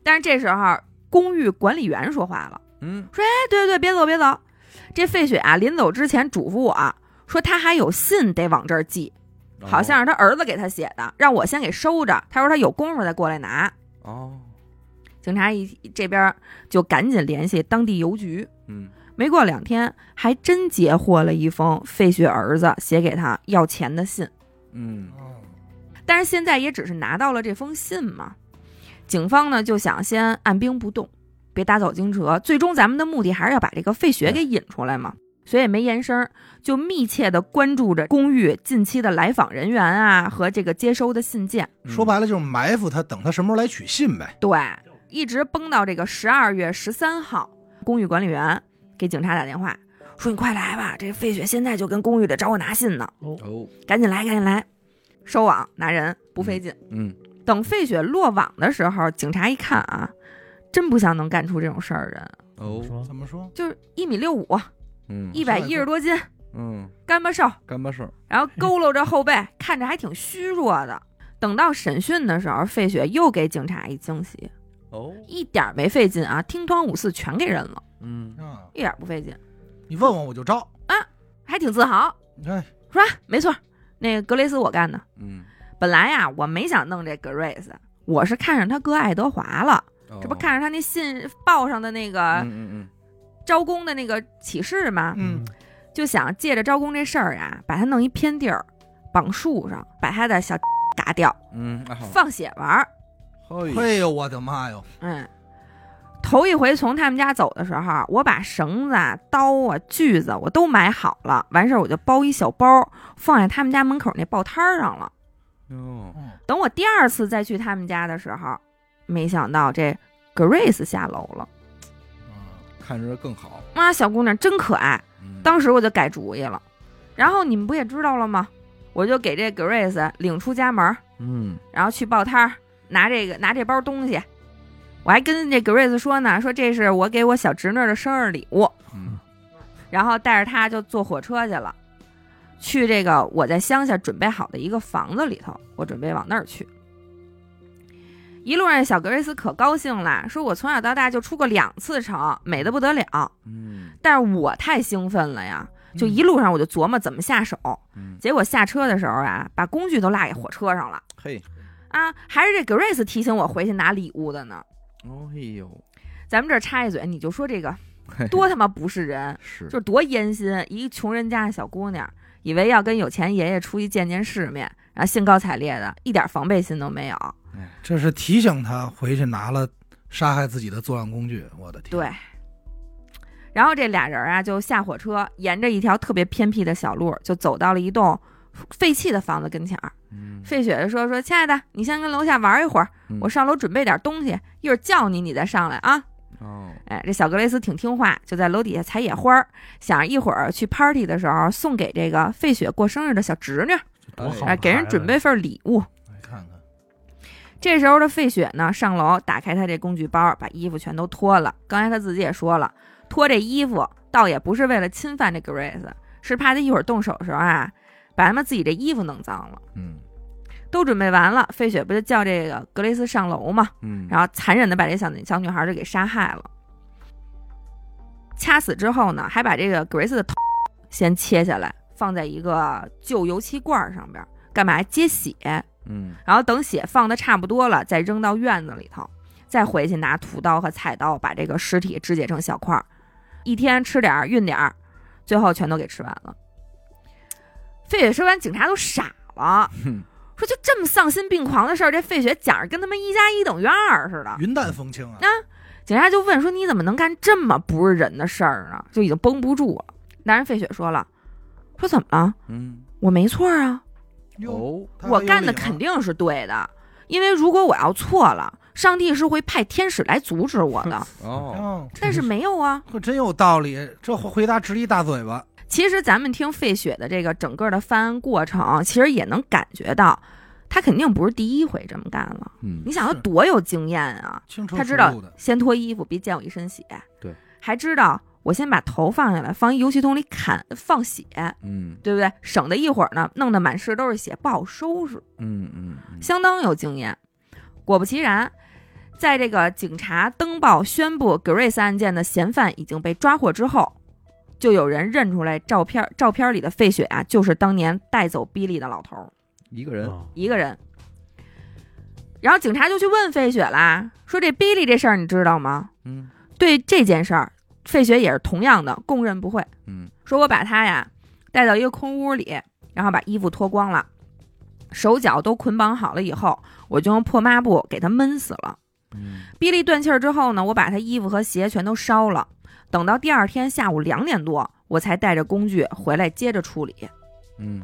[SPEAKER 4] 但是这时候公寓管理员说话了。哎
[SPEAKER 1] 嗯
[SPEAKER 4] 对对，别走别走。这费雪啊，临走之前嘱咐我、啊说，他还有信得往这儿寄，
[SPEAKER 1] 哦
[SPEAKER 4] 好像是他儿子给他写的，让我先给收着。他说他有功夫再过来拿。
[SPEAKER 1] 哦，
[SPEAKER 4] 警察一这边就赶紧联系当地邮局。
[SPEAKER 1] 嗯
[SPEAKER 4] 没过两天，还真截获了一封费雪儿子写给他要钱的信。
[SPEAKER 1] 嗯
[SPEAKER 2] 哦，
[SPEAKER 4] 但是现在也只是拿到了这封信嘛。警方呢就想先按兵不动，别打草惊蛇。最终咱们的目的还是要把这个费雪给引出来嘛，所以也没言声，就密切的关注着公寓近期的来访人员啊和这个接收的信件。
[SPEAKER 1] 嗯
[SPEAKER 2] 说白了就是埋伏他，等他什么时候来取信呗。
[SPEAKER 4] 对，一直绷到这个十二月十三号，公寓管理员给警察打电话说：“你快来吧，这费雪现在就跟公寓里找我拿信呢，
[SPEAKER 3] 哦，
[SPEAKER 1] 哦，
[SPEAKER 4] 赶紧来，赶紧来，收网拿人不费劲。”
[SPEAKER 1] 嗯
[SPEAKER 4] 等费雪落网的时候，警察一看啊，真不像能干出这种事儿的人，
[SPEAKER 1] 哦，
[SPEAKER 3] 说
[SPEAKER 2] 怎么说？
[SPEAKER 4] 就是一米六五，
[SPEAKER 1] 嗯
[SPEAKER 4] 一百一十多斤，
[SPEAKER 1] 嗯，
[SPEAKER 4] 干巴瘦，
[SPEAKER 1] 干巴事儿，
[SPEAKER 4] 然后佝偻着后背，看着还挺虚弱的。等到审讯的时候，费雪又给警察一惊喜，
[SPEAKER 1] 哦，
[SPEAKER 4] 一点儿没费劲啊，听汤五四全给人了，
[SPEAKER 1] 嗯
[SPEAKER 2] 啊，
[SPEAKER 4] 一点儿不费劲，
[SPEAKER 2] 你问我我就招。
[SPEAKER 4] 还挺自豪，
[SPEAKER 2] 你看，
[SPEAKER 4] 说啊没错儿，那个格雷斯我干的。
[SPEAKER 1] 嗯，
[SPEAKER 4] 本来呀、我没想弄这格瑞斯，我是看上他哥爱德华了，这不
[SPEAKER 1] 哦
[SPEAKER 4] 看上他那信报上的那个
[SPEAKER 1] 嗯嗯
[SPEAKER 4] 招工的那个启示嘛，
[SPEAKER 2] 嗯，
[SPEAKER 4] 就想借着招工这事儿啊，把它弄一偏地儿，绑树上，把他的小嘎掉，
[SPEAKER 1] 嗯，嗯，哎好，
[SPEAKER 4] 放血玩儿。
[SPEAKER 1] 嘿，
[SPEAKER 2] 哎呦我的妈哟，
[SPEAKER 4] 嗯，头一回从他们家走的时候，我把绳子啊、刀啊、锯子我都买好了，完事儿我就包一小包，放在他们家门口那报摊儿上了。
[SPEAKER 1] 哟，
[SPEAKER 2] 嗯
[SPEAKER 4] 等我第二次再去他们家的时候，没想到这 Grace 下楼了。
[SPEAKER 2] 嗯
[SPEAKER 1] 看着更好，
[SPEAKER 4] 妈，小姑娘真可爱，
[SPEAKER 1] 嗯
[SPEAKER 4] 当时我就改主意了。然后你们不也知道了吗？我就给这 Grace 领出家门儿，
[SPEAKER 1] 嗯
[SPEAKER 4] 然后去报摊儿拿这个拿这包东西。我还跟这 Grace 说呢，说这是我给我小侄女的生日礼物，
[SPEAKER 1] 嗯
[SPEAKER 4] 然后带着她就坐火车去了，去这个我在乡下准备好的一个房子里头，我准备往那儿去。一路上，小格瑞斯可高兴了，说我从小到大就出过两次城，美得不得了。
[SPEAKER 1] 嗯
[SPEAKER 4] 但是我太兴奋了呀，就一路上我就琢磨怎么下手。
[SPEAKER 1] 嗯，
[SPEAKER 4] 结果下车的时候啊，把工具都落给火车上了
[SPEAKER 1] 嘿，
[SPEAKER 4] 啊！还是这 Grace 提醒我回去拿礼物的呢。
[SPEAKER 1] 哦哎呦，
[SPEAKER 4] 咱们这儿插一嘴，你就说这个
[SPEAKER 1] 嘿，
[SPEAKER 4] 多他妈不是人
[SPEAKER 1] 是
[SPEAKER 4] 就是多烟心！一个穷人家的小姑娘，以为要跟有钱爷爷出去见见世面，然后兴高采烈的，一点防备心都没有。
[SPEAKER 2] 这是提醒他回去拿了杀害自己的作案工具。我的天，
[SPEAKER 4] 对，。然后这俩人啊，就下火车，沿着一条特别偏僻的小路，就走到了一栋废弃的房子跟前儿。
[SPEAKER 1] 嗯，
[SPEAKER 4] 费雪就说：“说亲爱的，你先跟楼下玩一会儿，
[SPEAKER 1] 嗯
[SPEAKER 4] 我上楼准备点东西，一会儿叫你，你再上来啊。
[SPEAKER 1] 哦，”
[SPEAKER 4] 哎，这小格雷斯挺听话，就在楼底下采野花儿，想一会儿去 party 的时候送给这个费雪过生日的小侄女，
[SPEAKER 3] 多好啊
[SPEAKER 4] 哎，给人准备份礼物。
[SPEAKER 2] 你看看，
[SPEAKER 4] 这时候的费雪呢，上楼打开她这工具包，把衣服全都脱了。刚才她自己也说了，脱这衣服倒也不是为了侵犯这 Grace，是怕她一会儿动手的时候啊，把他们自己这衣服弄脏了。
[SPEAKER 1] 嗯
[SPEAKER 4] 都准备完了，费雪不就叫这个格雷斯上楼吗？
[SPEAKER 1] 嗯，
[SPEAKER 4] 然后残忍的把这小女小女孩就给杀害了。掐死之后呢，还把这个格雷斯的头先切下来，放在一个旧油漆罐儿上边儿，干嘛接血？
[SPEAKER 1] 嗯
[SPEAKER 4] 然后等血放的差不多了，再扔到院子里头，再回去拿屠刀和菜刀把这个尸体肢解成小块儿，一天吃点儿运点儿，最后全都给吃完了。费雪说完，警察都傻了
[SPEAKER 1] 哼，
[SPEAKER 4] 说就这么丧心病狂的事儿，这费雪讲着跟他们一加一等于二似的。
[SPEAKER 2] 云淡风轻啊
[SPEAKER 4] 那，警察就问说你怎么能干这么不是人的事儿呢？就已经绷不住了。男人费雪说了，说怎么了？
[SPEAKER 1] 嗯，
[SPEAKER 4] 我没错啊，
[SPEAKER 2] 哟，
[SPEAKER 1] 哦，
[SPEAKER 2] 他
[SPEAKER 4] 我
[SPEAKER 2] 很有
[SPEAKER 4] 干的
[SPEAKER 2] 理啊
[SPEAKER 4] 肯定是对的，因为如果我要错了，上帝是会派天使来阻止我
[SPEAKER 2] <laughs>
[SPEAKER 4] 的。
[SPEAKER 1] 哦，
[SPEAKER 2] 嗯，<laughs>
[SPEAKER 4] 但是没有啊。
[SPEAKER 2] 这真有道理，这回答直一大嘴巴。
[SPEAKER 4] 其实咱们听费雪的这个整个的翻案过程，其实也能感觉到，他肯定不是第一回这么干了。
[SPEAKER 1] 嗯
[SPEAKER 4] 你想他
[SPEAKER 2] 是
[SPEAKER 4] 多有经验啊！
[SPEAKER 2] 轻车
[SPEAKER 4] 他知
[SPEAKER 2] 熟
[SPEAKER 4] 道
[SPEAKER 2] 路的，
[SPEAKER 4] 先脱衣服，别溅我一身血。
[SPEAKER 1] 对，
[SPEAKER 4] 还知道我先把头放下来，放一油漆桶里砍放血，
[SPEAKER 1] 嗯
[SPEAKER 4] 对不对？省得一会儿呢，弄得满室都是血，不好收拾。
[SPEAKER 1] 嗯嗯嗯，
[SPEAKER 4] 相当有经验。果不其然，在这个警察登报宣布 Grace 案件的嫌犯已经被抓获之后，就有人认出来照片，照片里的费雪啊，就是当年带走比利的老头儿，
[SPEAKER 1] 一个人，
[SPEAKER 3] 啊
[SPEAKER 4] 一个人。然后警察就去问费雪啦，说这比利这事儿你知道吗？
[SPEAKER 1] 嗯
[SPEAKER 4] 对这件事儿，费雪也是同样的供认不讳。
[SPEAKER 1] 嗯
[SPEAKER 4] 说我把他呀带到一个空屋里，然后把衣服脱光了，手脚都捆绑好了以后，我就用破抹布给他闷死了。
[SPEAKER 1] 嗯
[SPEAKER 4] 比利断气儿之后呢，我把他衣服和鞋全都烧了。等到第二天下午两点多，我才带着工具回来接着处理。
[SPEAKER 1] 嗯，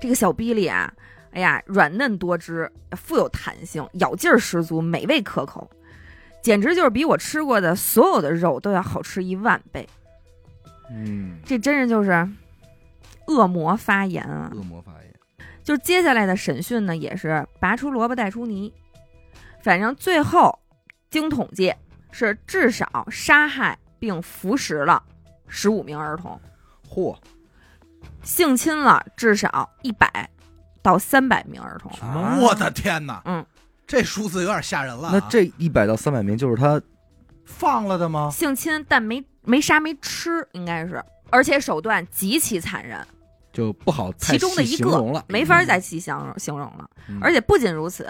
[SPEAKER 4] 这个小比利啊，哎呀，软嫩多汁，富有弹性，咬劲儿十足，美味可口，简直就是比我吃过的所有的肉都要好吃一万倍。
[SPEAKER 1] 嗯，
[SPEAKER 4] 这真是就是恶魔发言啊！
[SPEAKER 1] 恶魔法眼，
[SPEAKER 4] 就接下来的审讯呢，也是拔出萝卜带出泥，反正最后经统计是至少杀害并服食了十五名儿童，
[SPEAKER 1] 嚯，
[SPEAKER 4] 性侵了至少一百到三百名儿童。
[SPEAKER 1] 啊
[SPEAKER 3] 什么？
[SPEAKER 2] 啊我的天哪！
[SPEAKER 4] 嗯，
[SPEAKER 2] 这数字有点吓人了啊。
[SPEAKER 1] 那这一百到三百名就是他，
[SPEAKER 2] 放了的
[SPEAKER 1] 哦
[SPEAKER 2] 吗？
[SPEAKER 4] 性侵但没没杀没吃，应该是，而且手段极其残忍，
[SPEAKER 1] 就不好太
[SPEAKER 4] 其中的
[SPEAKER 1] 细
[SPEAKER 4] 一
[SPEAKER 1] 形容
[SPEAKER 4] 个
[SPEAKER 1] 了，
[SPEAKER 4] 没法再细形容形容了。
[SPEAKER 1] 嗯，
[SPEAKER 4] 而且不仅如此，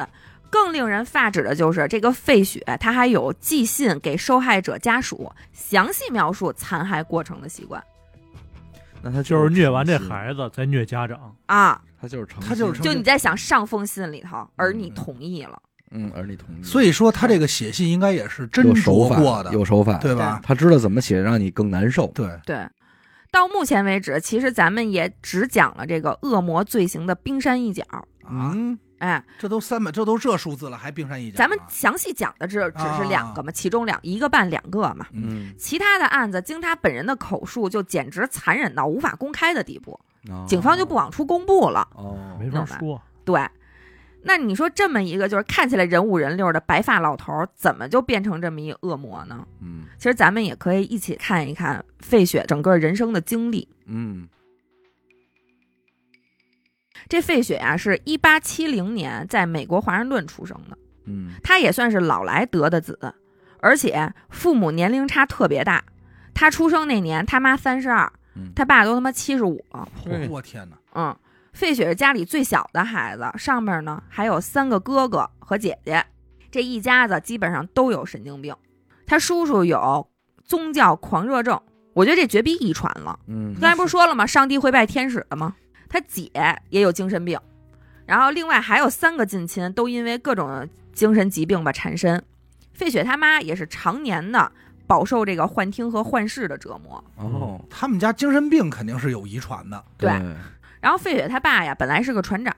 [SPEAKER 4] 更令人发指的就是这个费雪，他还有寄信给受害者家属，详细描述残害过程的习惯
[SPEAKER 1] 那他
[SPEAKER 3] 就是虐完这
[SPEAKER 1] 子，
[SPEAKER 3] 孩子，再虐家长，
[SPEAKER 4] 啊。
[SPEAKER 1] 他就是成，
[SPEAKER 2] 他就是诚
[SPEAKER 4] 就
[SPEAKER 2] 信
[SPEAKER 4] 你在想上封信里头，而你同意了，
[SPEAKER 1] 嗯，而你同意，
[SPEAKER 2] 所以说他这个写信应该也是斟
[SPEAKER 1] 有手
[SPEAKER 2] 酌
[SPEAKER 1] 法
[SPEAKER 2] 过的，
[SPEAKER 1] 有手法，
[SPEAKER 2] 对吧？
[SPEAKER 1] 他知道怎么写让你更难受，
[SPEAKER 2] 对，啊
[SPEAKER 4] 对。到目前为止，其实咱们也只讲了这个恶魔罪行的冰山一角。
[SPEAKER 2] 啊，
[SPEAKER 1] 嗯，
[SPEAKER 4] 哎，
[SPEAKER 2] 这都三百，这都这数字了，还冰山一角啊。
[SPEAKER 4] 咱们详细讲的这只是两个嘛，其中两一个半两个嘛。
[SPEAKER 1] 嗯，
[SPEAKER 4] 其他的案子，经他本人的口述，就简直残忍到无法公开的地步，
[SPEAKER 1] 哦
[SPEAKER 4] <laughs> 警方就不往出公布了。
[SPEAKER 1] 哦，
[SPEAKER 3] 没法说。
[SPEAKER 4] 对，那你说这么一个就是看起来人五人六的白发老头儿，怎么就变成这么一恶魔呢？
[SPEAKER 1] 嗯
[SPEAKER 4] 其实咱们也可以一起看一看费雪整个人生的经历。
[SPEAKER 1] 嗯
[SPEAKER 4] 这费雪啊，是一八七零年在美国华盛顿出生的，
[SPEAKER 1] 嗯
[SPEAKER 4] 他也算是老来得的子，而且父母年龄差特别大。他出生那年，他妈三十二，
[SPEAKER 1] 嗯，
[SPEAKER 4] 他爸都他妈七十五了。
[SPEAKER 1] 对
[SPEAKER 2] 我天哪，
[SPEAKER 4] 嗯，费雪是家里最小的孩子，上面呢还有三个哥哥和姐姐，这一家子基本上都有神经病。他叔叔有宗教狂热症，我觉得这绝逼遗传了。
[SPEAKER 1] 嗯
[SPEAKER 4] 刚才不是说了吗？上帝会拜天使的吗？他姐也有精神病，然后另外还有三个近亲都因为各种精神疾病吧缠身。费雪他妈也是常年的饱受这个幻听和幻视的折磨。
[SPEAKER 1] 哦，
[SPEAKER 2] 他们家精神病肯定是有遗传的，
[SPEAKER 4] 对，然后费雪他爸呀，本来是个船长，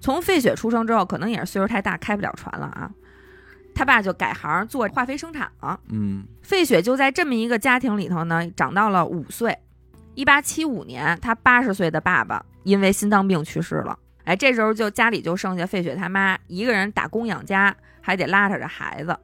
[SPEAKER 4] 从费雪出生之后，可能也是岁数太大，开不了船了啊。他爸就改行做化肥生产了。
[SPEAKER 1] 嗯
[SPEAKER 4] 费雪就在这么一个家庭里头呢，长到了五岁。一八七五年，他八十岁的爸爸因为心脏病去世了。哎，这时候就家里就剩下费雪他妈一个人打工养家，还得拉扯着孩子，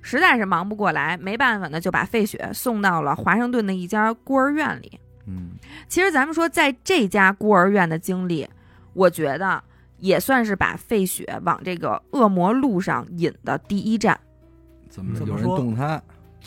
[SPEAKER 4] 实在是忙不过来，没办法呢，就把费雪送到了华盛顿的一家孤儿院里。
[SPEAKER 1] 嗯
[SPEAKER 4] 其实咱们说，在这家孤儿院的经历，我觉得也算是把费雪往这个恶魔路上引的第一站。
[SPEAKER 1] 怎么
[SPEAKER 3] 怎
[SPEAKER 1] 有
[SPEAKER 2] 么
[SPEAKER 1] 人
[SPEAKER 2] 说
[SPEAKER 1] 动他？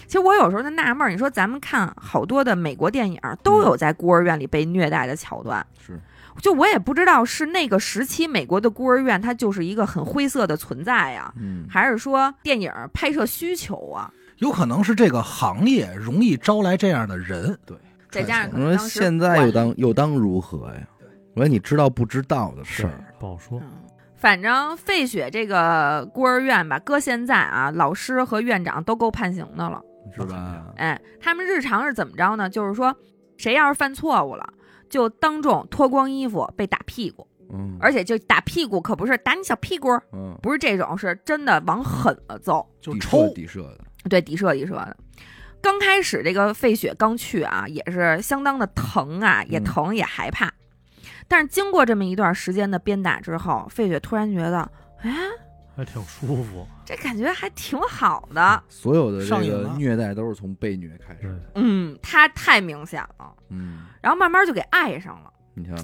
[SPEAKER 4] 其实我有时候就纳闷儿，你说咱们看好多的美国电影儿都有在孤儿院里被虐待的桥段，
[SPEAKER 1] 是
[SPEAKER 4] 就我也不知道是那个时期美国的孤儿院它就是一个很灰色的存在呀、
[SPEAKER 1] 嗯
[SPEAKER 4] 还是说电影儿拍摄需求啊？
[SPEAKER 2] 有可能是这个行业容易招来这样的人。对，
[SPEAKER 4] 再加上可
[SPEAKER 1] 我
[SPEAKER 4] 能
[SPEAKER 1] 说
[SPEAKER 4] 当时
[SPEAKER 1] 现在又
[SPEAKER 4] 管
[SPEAKER 1] 当又当如何呀？我说你知道不知道的事儿，
[SPEAKER 3] 不好说。
[SPEAKER 4] 嗯，反正费雪这个孤儿院吧，搁现在啊，老师和院长都够判刑的了。
[SPEAKER 1] 是吧？
[SPEAKER 4] 哎，他们日常是怎么着呢？就是说，谁要是犯错误了，就当众脱光衣服被打屁股，
[SPEAKER 1] 嗯，
[SPEAKER 4] 而且就打屁股可不是打你小屁股，
[SPEAKER 1] 嗯，
[SPEAKER 4] 不是这种，是真的往狠了揍，
[SPEAKER 2] 就
[SPEAKER 1] 底
[SPEAKER 2] 抽
[SPEAKER 1] 射底射的，
[SPEAKER 4] 对，底射底射的。刚开始这个费雪刚去啊，也是相当的疼啊，也
[SPEAKER 1] 嗯
[SPEAKER 4] 疼也害怕。但是经过这么一段时间的鞭打之后，费雪突然觉得，哎，
[SPEAKER 3] 还挺舒服。
[SPEAKER 4] 这感觉还挺好的。
[SPEAKER 1] 所有的
[SPEAKER 2] 上
[SPEAKER 1] 这
[SPEAKER 2] 瘾
[SPEAKER 1] 个
[SPEAKER 2] 了
[SPEAKER 1] 虐待都是从被虐开始
[SPEAKER 3] 对
[SPEAKER 1] 的。，
[SPEAKER 4] 嗯，他太明显了，
[SPEAKER 1] 嗯，
[SPEAKER 4] 然后慢慢就给爱上了。
[SPEAKER 1] 你瞧，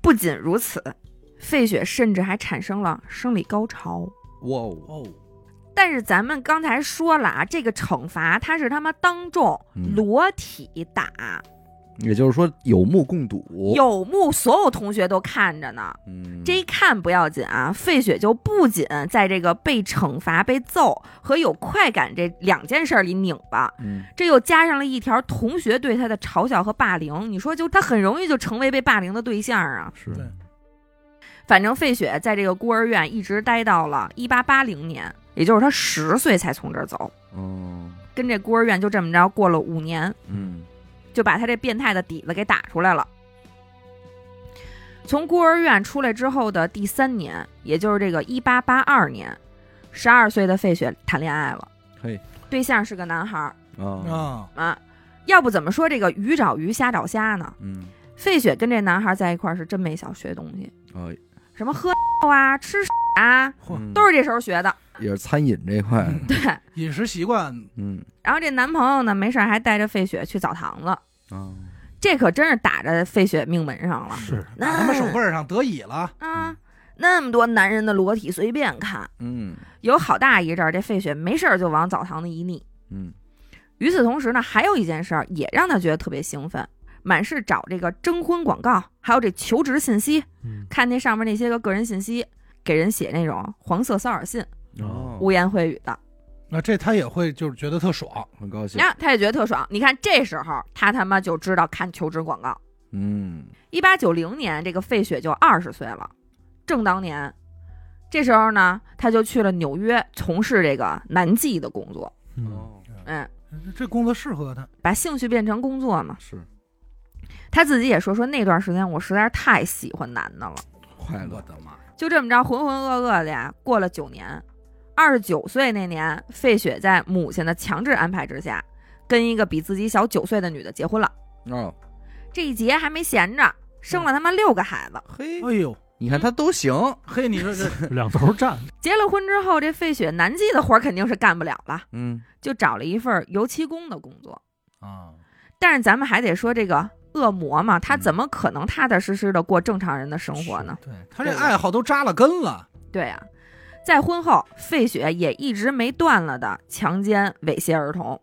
[SPEAKER 4] 不仅如此，费雪甚至还产生了生理高潮。
[SPEAKER 1] 哇哦，
[SPEAKER 2] 哦，
[SPEAKER 4] 但是咱们刚才说了啊，这个惩罚他是他妈当众
[SPEAKER 1] 嗯
[SPEAKER 4] 裸体打，
[SPEAKER 1] 也就是说有目共睹。
[SPEAKER 4] 有目所有同学都看着呢。
[SPEAKER 1] 哦嗯，
[SPEAKER 4] 这一看不要紧啊，费雪就不仅在这个被惩罚、被揍和有快感这两件事儿里拧巴，
[SPEAKER 1] 嗯，
[SPEAKER 4] 这又加上了一条同学对他的嘲笑和霸凌。你说，就他很容易就成为被霸凌的对象啊。
[SPEAKER 1] 是
[SPEAKER 2] 对
[SPEAKER 4] 反正费雪在这个孤儿院一直待到了一八八零年，也就是他十岁才从这儿走，
[SPEAKER 1] 嗯
[SPEAKER 4] 跟这孤儿院就这么着过了五年，
[SPEAKER 1] 嗯
[SPEAKER 4] 就把他这变态的底子给打出来了。从孤儿院出来之后的第三年，也就是这个一八八二年，十二岁的费雪谈恋爱了，
[SPEAKER 1] 嘿
[SPEAKER 4] 对象是个男孩儿
[SPEAKER 1] 啊
[SPEAKER 2] 啊，
[SPEAKER 4] 啊，要不怎么说这个鱼找鱼虾找虾呢？
[SPEAKER 1] 嗯
[SPEAKER 4] 费雪跟这男孩在一块儿是真没少学东西，
[SPEAKER 1] 啊，
[SPEAKER 4] 什么喝啊、吃啊，
[SPEAKER 2] 嚯
[SPEAKER 1] 嗯
[SPEAKER 4] 都是这时候学的。 <laughs>
[SPEAKER 1] 也是餐饮这块 <laughs> 的。
[SPEAKER 4] 对，
[SPEAKER 2] 饮食习惯
[SPEAKER 1] 嗯
[SPEAKER 4] 然后这男朋友呢，没事儿还带着费雪去澡堂子，
[SPEAKER 1] 啊，
[SPEAKER 4] 这可真是打着费雪命门上了。
[SPEAKER 3] 是
[SPEAKER 4] 那
[SPEAKER 2] 打他妈手背上得以了，
[SPEAKER 4] 啊，那么多男人的裸体随便看，
[SPEAKER 1] 嗯
[SPEAKER 4] 有好大一阵儿，这费雪没事儿就往澡堂子一腻。
[SPEAKER 1] 嗯
[SPEAKER 4] 与此同时呢，还有一件事儿也让他觉得特别兴奋，满是找这个征婚广告，还有这求职信息，
[SPEAKER 3] 嗯，
[SPEAKER 4] 看那上面那些个个人信息，给人写那种黄色骚扰信，
[SPEAKER 3] 哦
[SPEAKER 4] 污言秽语的，
[SPEAKER 2] 那这他也会就是觉得特爽。
[SPEAKER 1] 很高兴
[SPEAKER 4] 然。后他也觉得特爽。你看这时候他他妈就知道看求职广告。
[SPEAKER 1] 嗯，
[SPEAKER 4] 一八九零年，这个费雪就二十岁了，正当年。这时候呢，他就去了纽约从事这个男妓的工作，
[SPEAKER 1] 哦
[SPEAKER 3] 嗯，
[SPEAKER 4] 嗯，
[SPEAKER 2] 这工作适合他，
[SPEAKER 4] 把兴趣变成工作嘛。
[SPEAKER 1] 是
[SPEAKER 4] 他自己也说，说那段时间我实在是太喜欢男的了，
[SPEAKER 1] 快
[SPEAKER 2] 我
[SPEAKER 1] 乐。
[SPEAKER 2] 的妈呀！
[SPEAKER 4] 就这么着浑浑噩噩的呀，过了九年。二十九岁那年，费雪在母亲的强制安排之下，跟一个比自己小九岁的女的结婚了。
[SPEAKER 1] 哦，
[SPEAKER 4] 这一结还没闲着，生了他妈六个孩子。
[SPEAKER 1] 嘿，
[SPEAKER 2] 哎呦，
[SPEAKER 1] 你看他都行。
[SPEAKER 2] 嘿，你说
[SPEAKER 1] <laughs>
[SPEAKER 2] 这
[SPEAKER 3] 两头站，
[SPEAKER 4] 结了婚之后，这费雪男妓的活儿肯定是干不了了。
[SPEAKER 1] 嗯，
[SPEAKER 4] 就找了一份油漆工的工作。
[SPEAKER 2] 啊，
[SPEAKER 4] 但是咱们还得说这个恶魔嘛，
[SPEAKER 3] 嗯
[SPEAKER 4] 他怎么可能踏踏实实的过正常人的生活呢？
[SPEAKER 2] 对他这爱好都扎了根了，
[SPEAKER 4] 对啊，在婚后，费雪也一直没断了的强奸、猥亵儿童，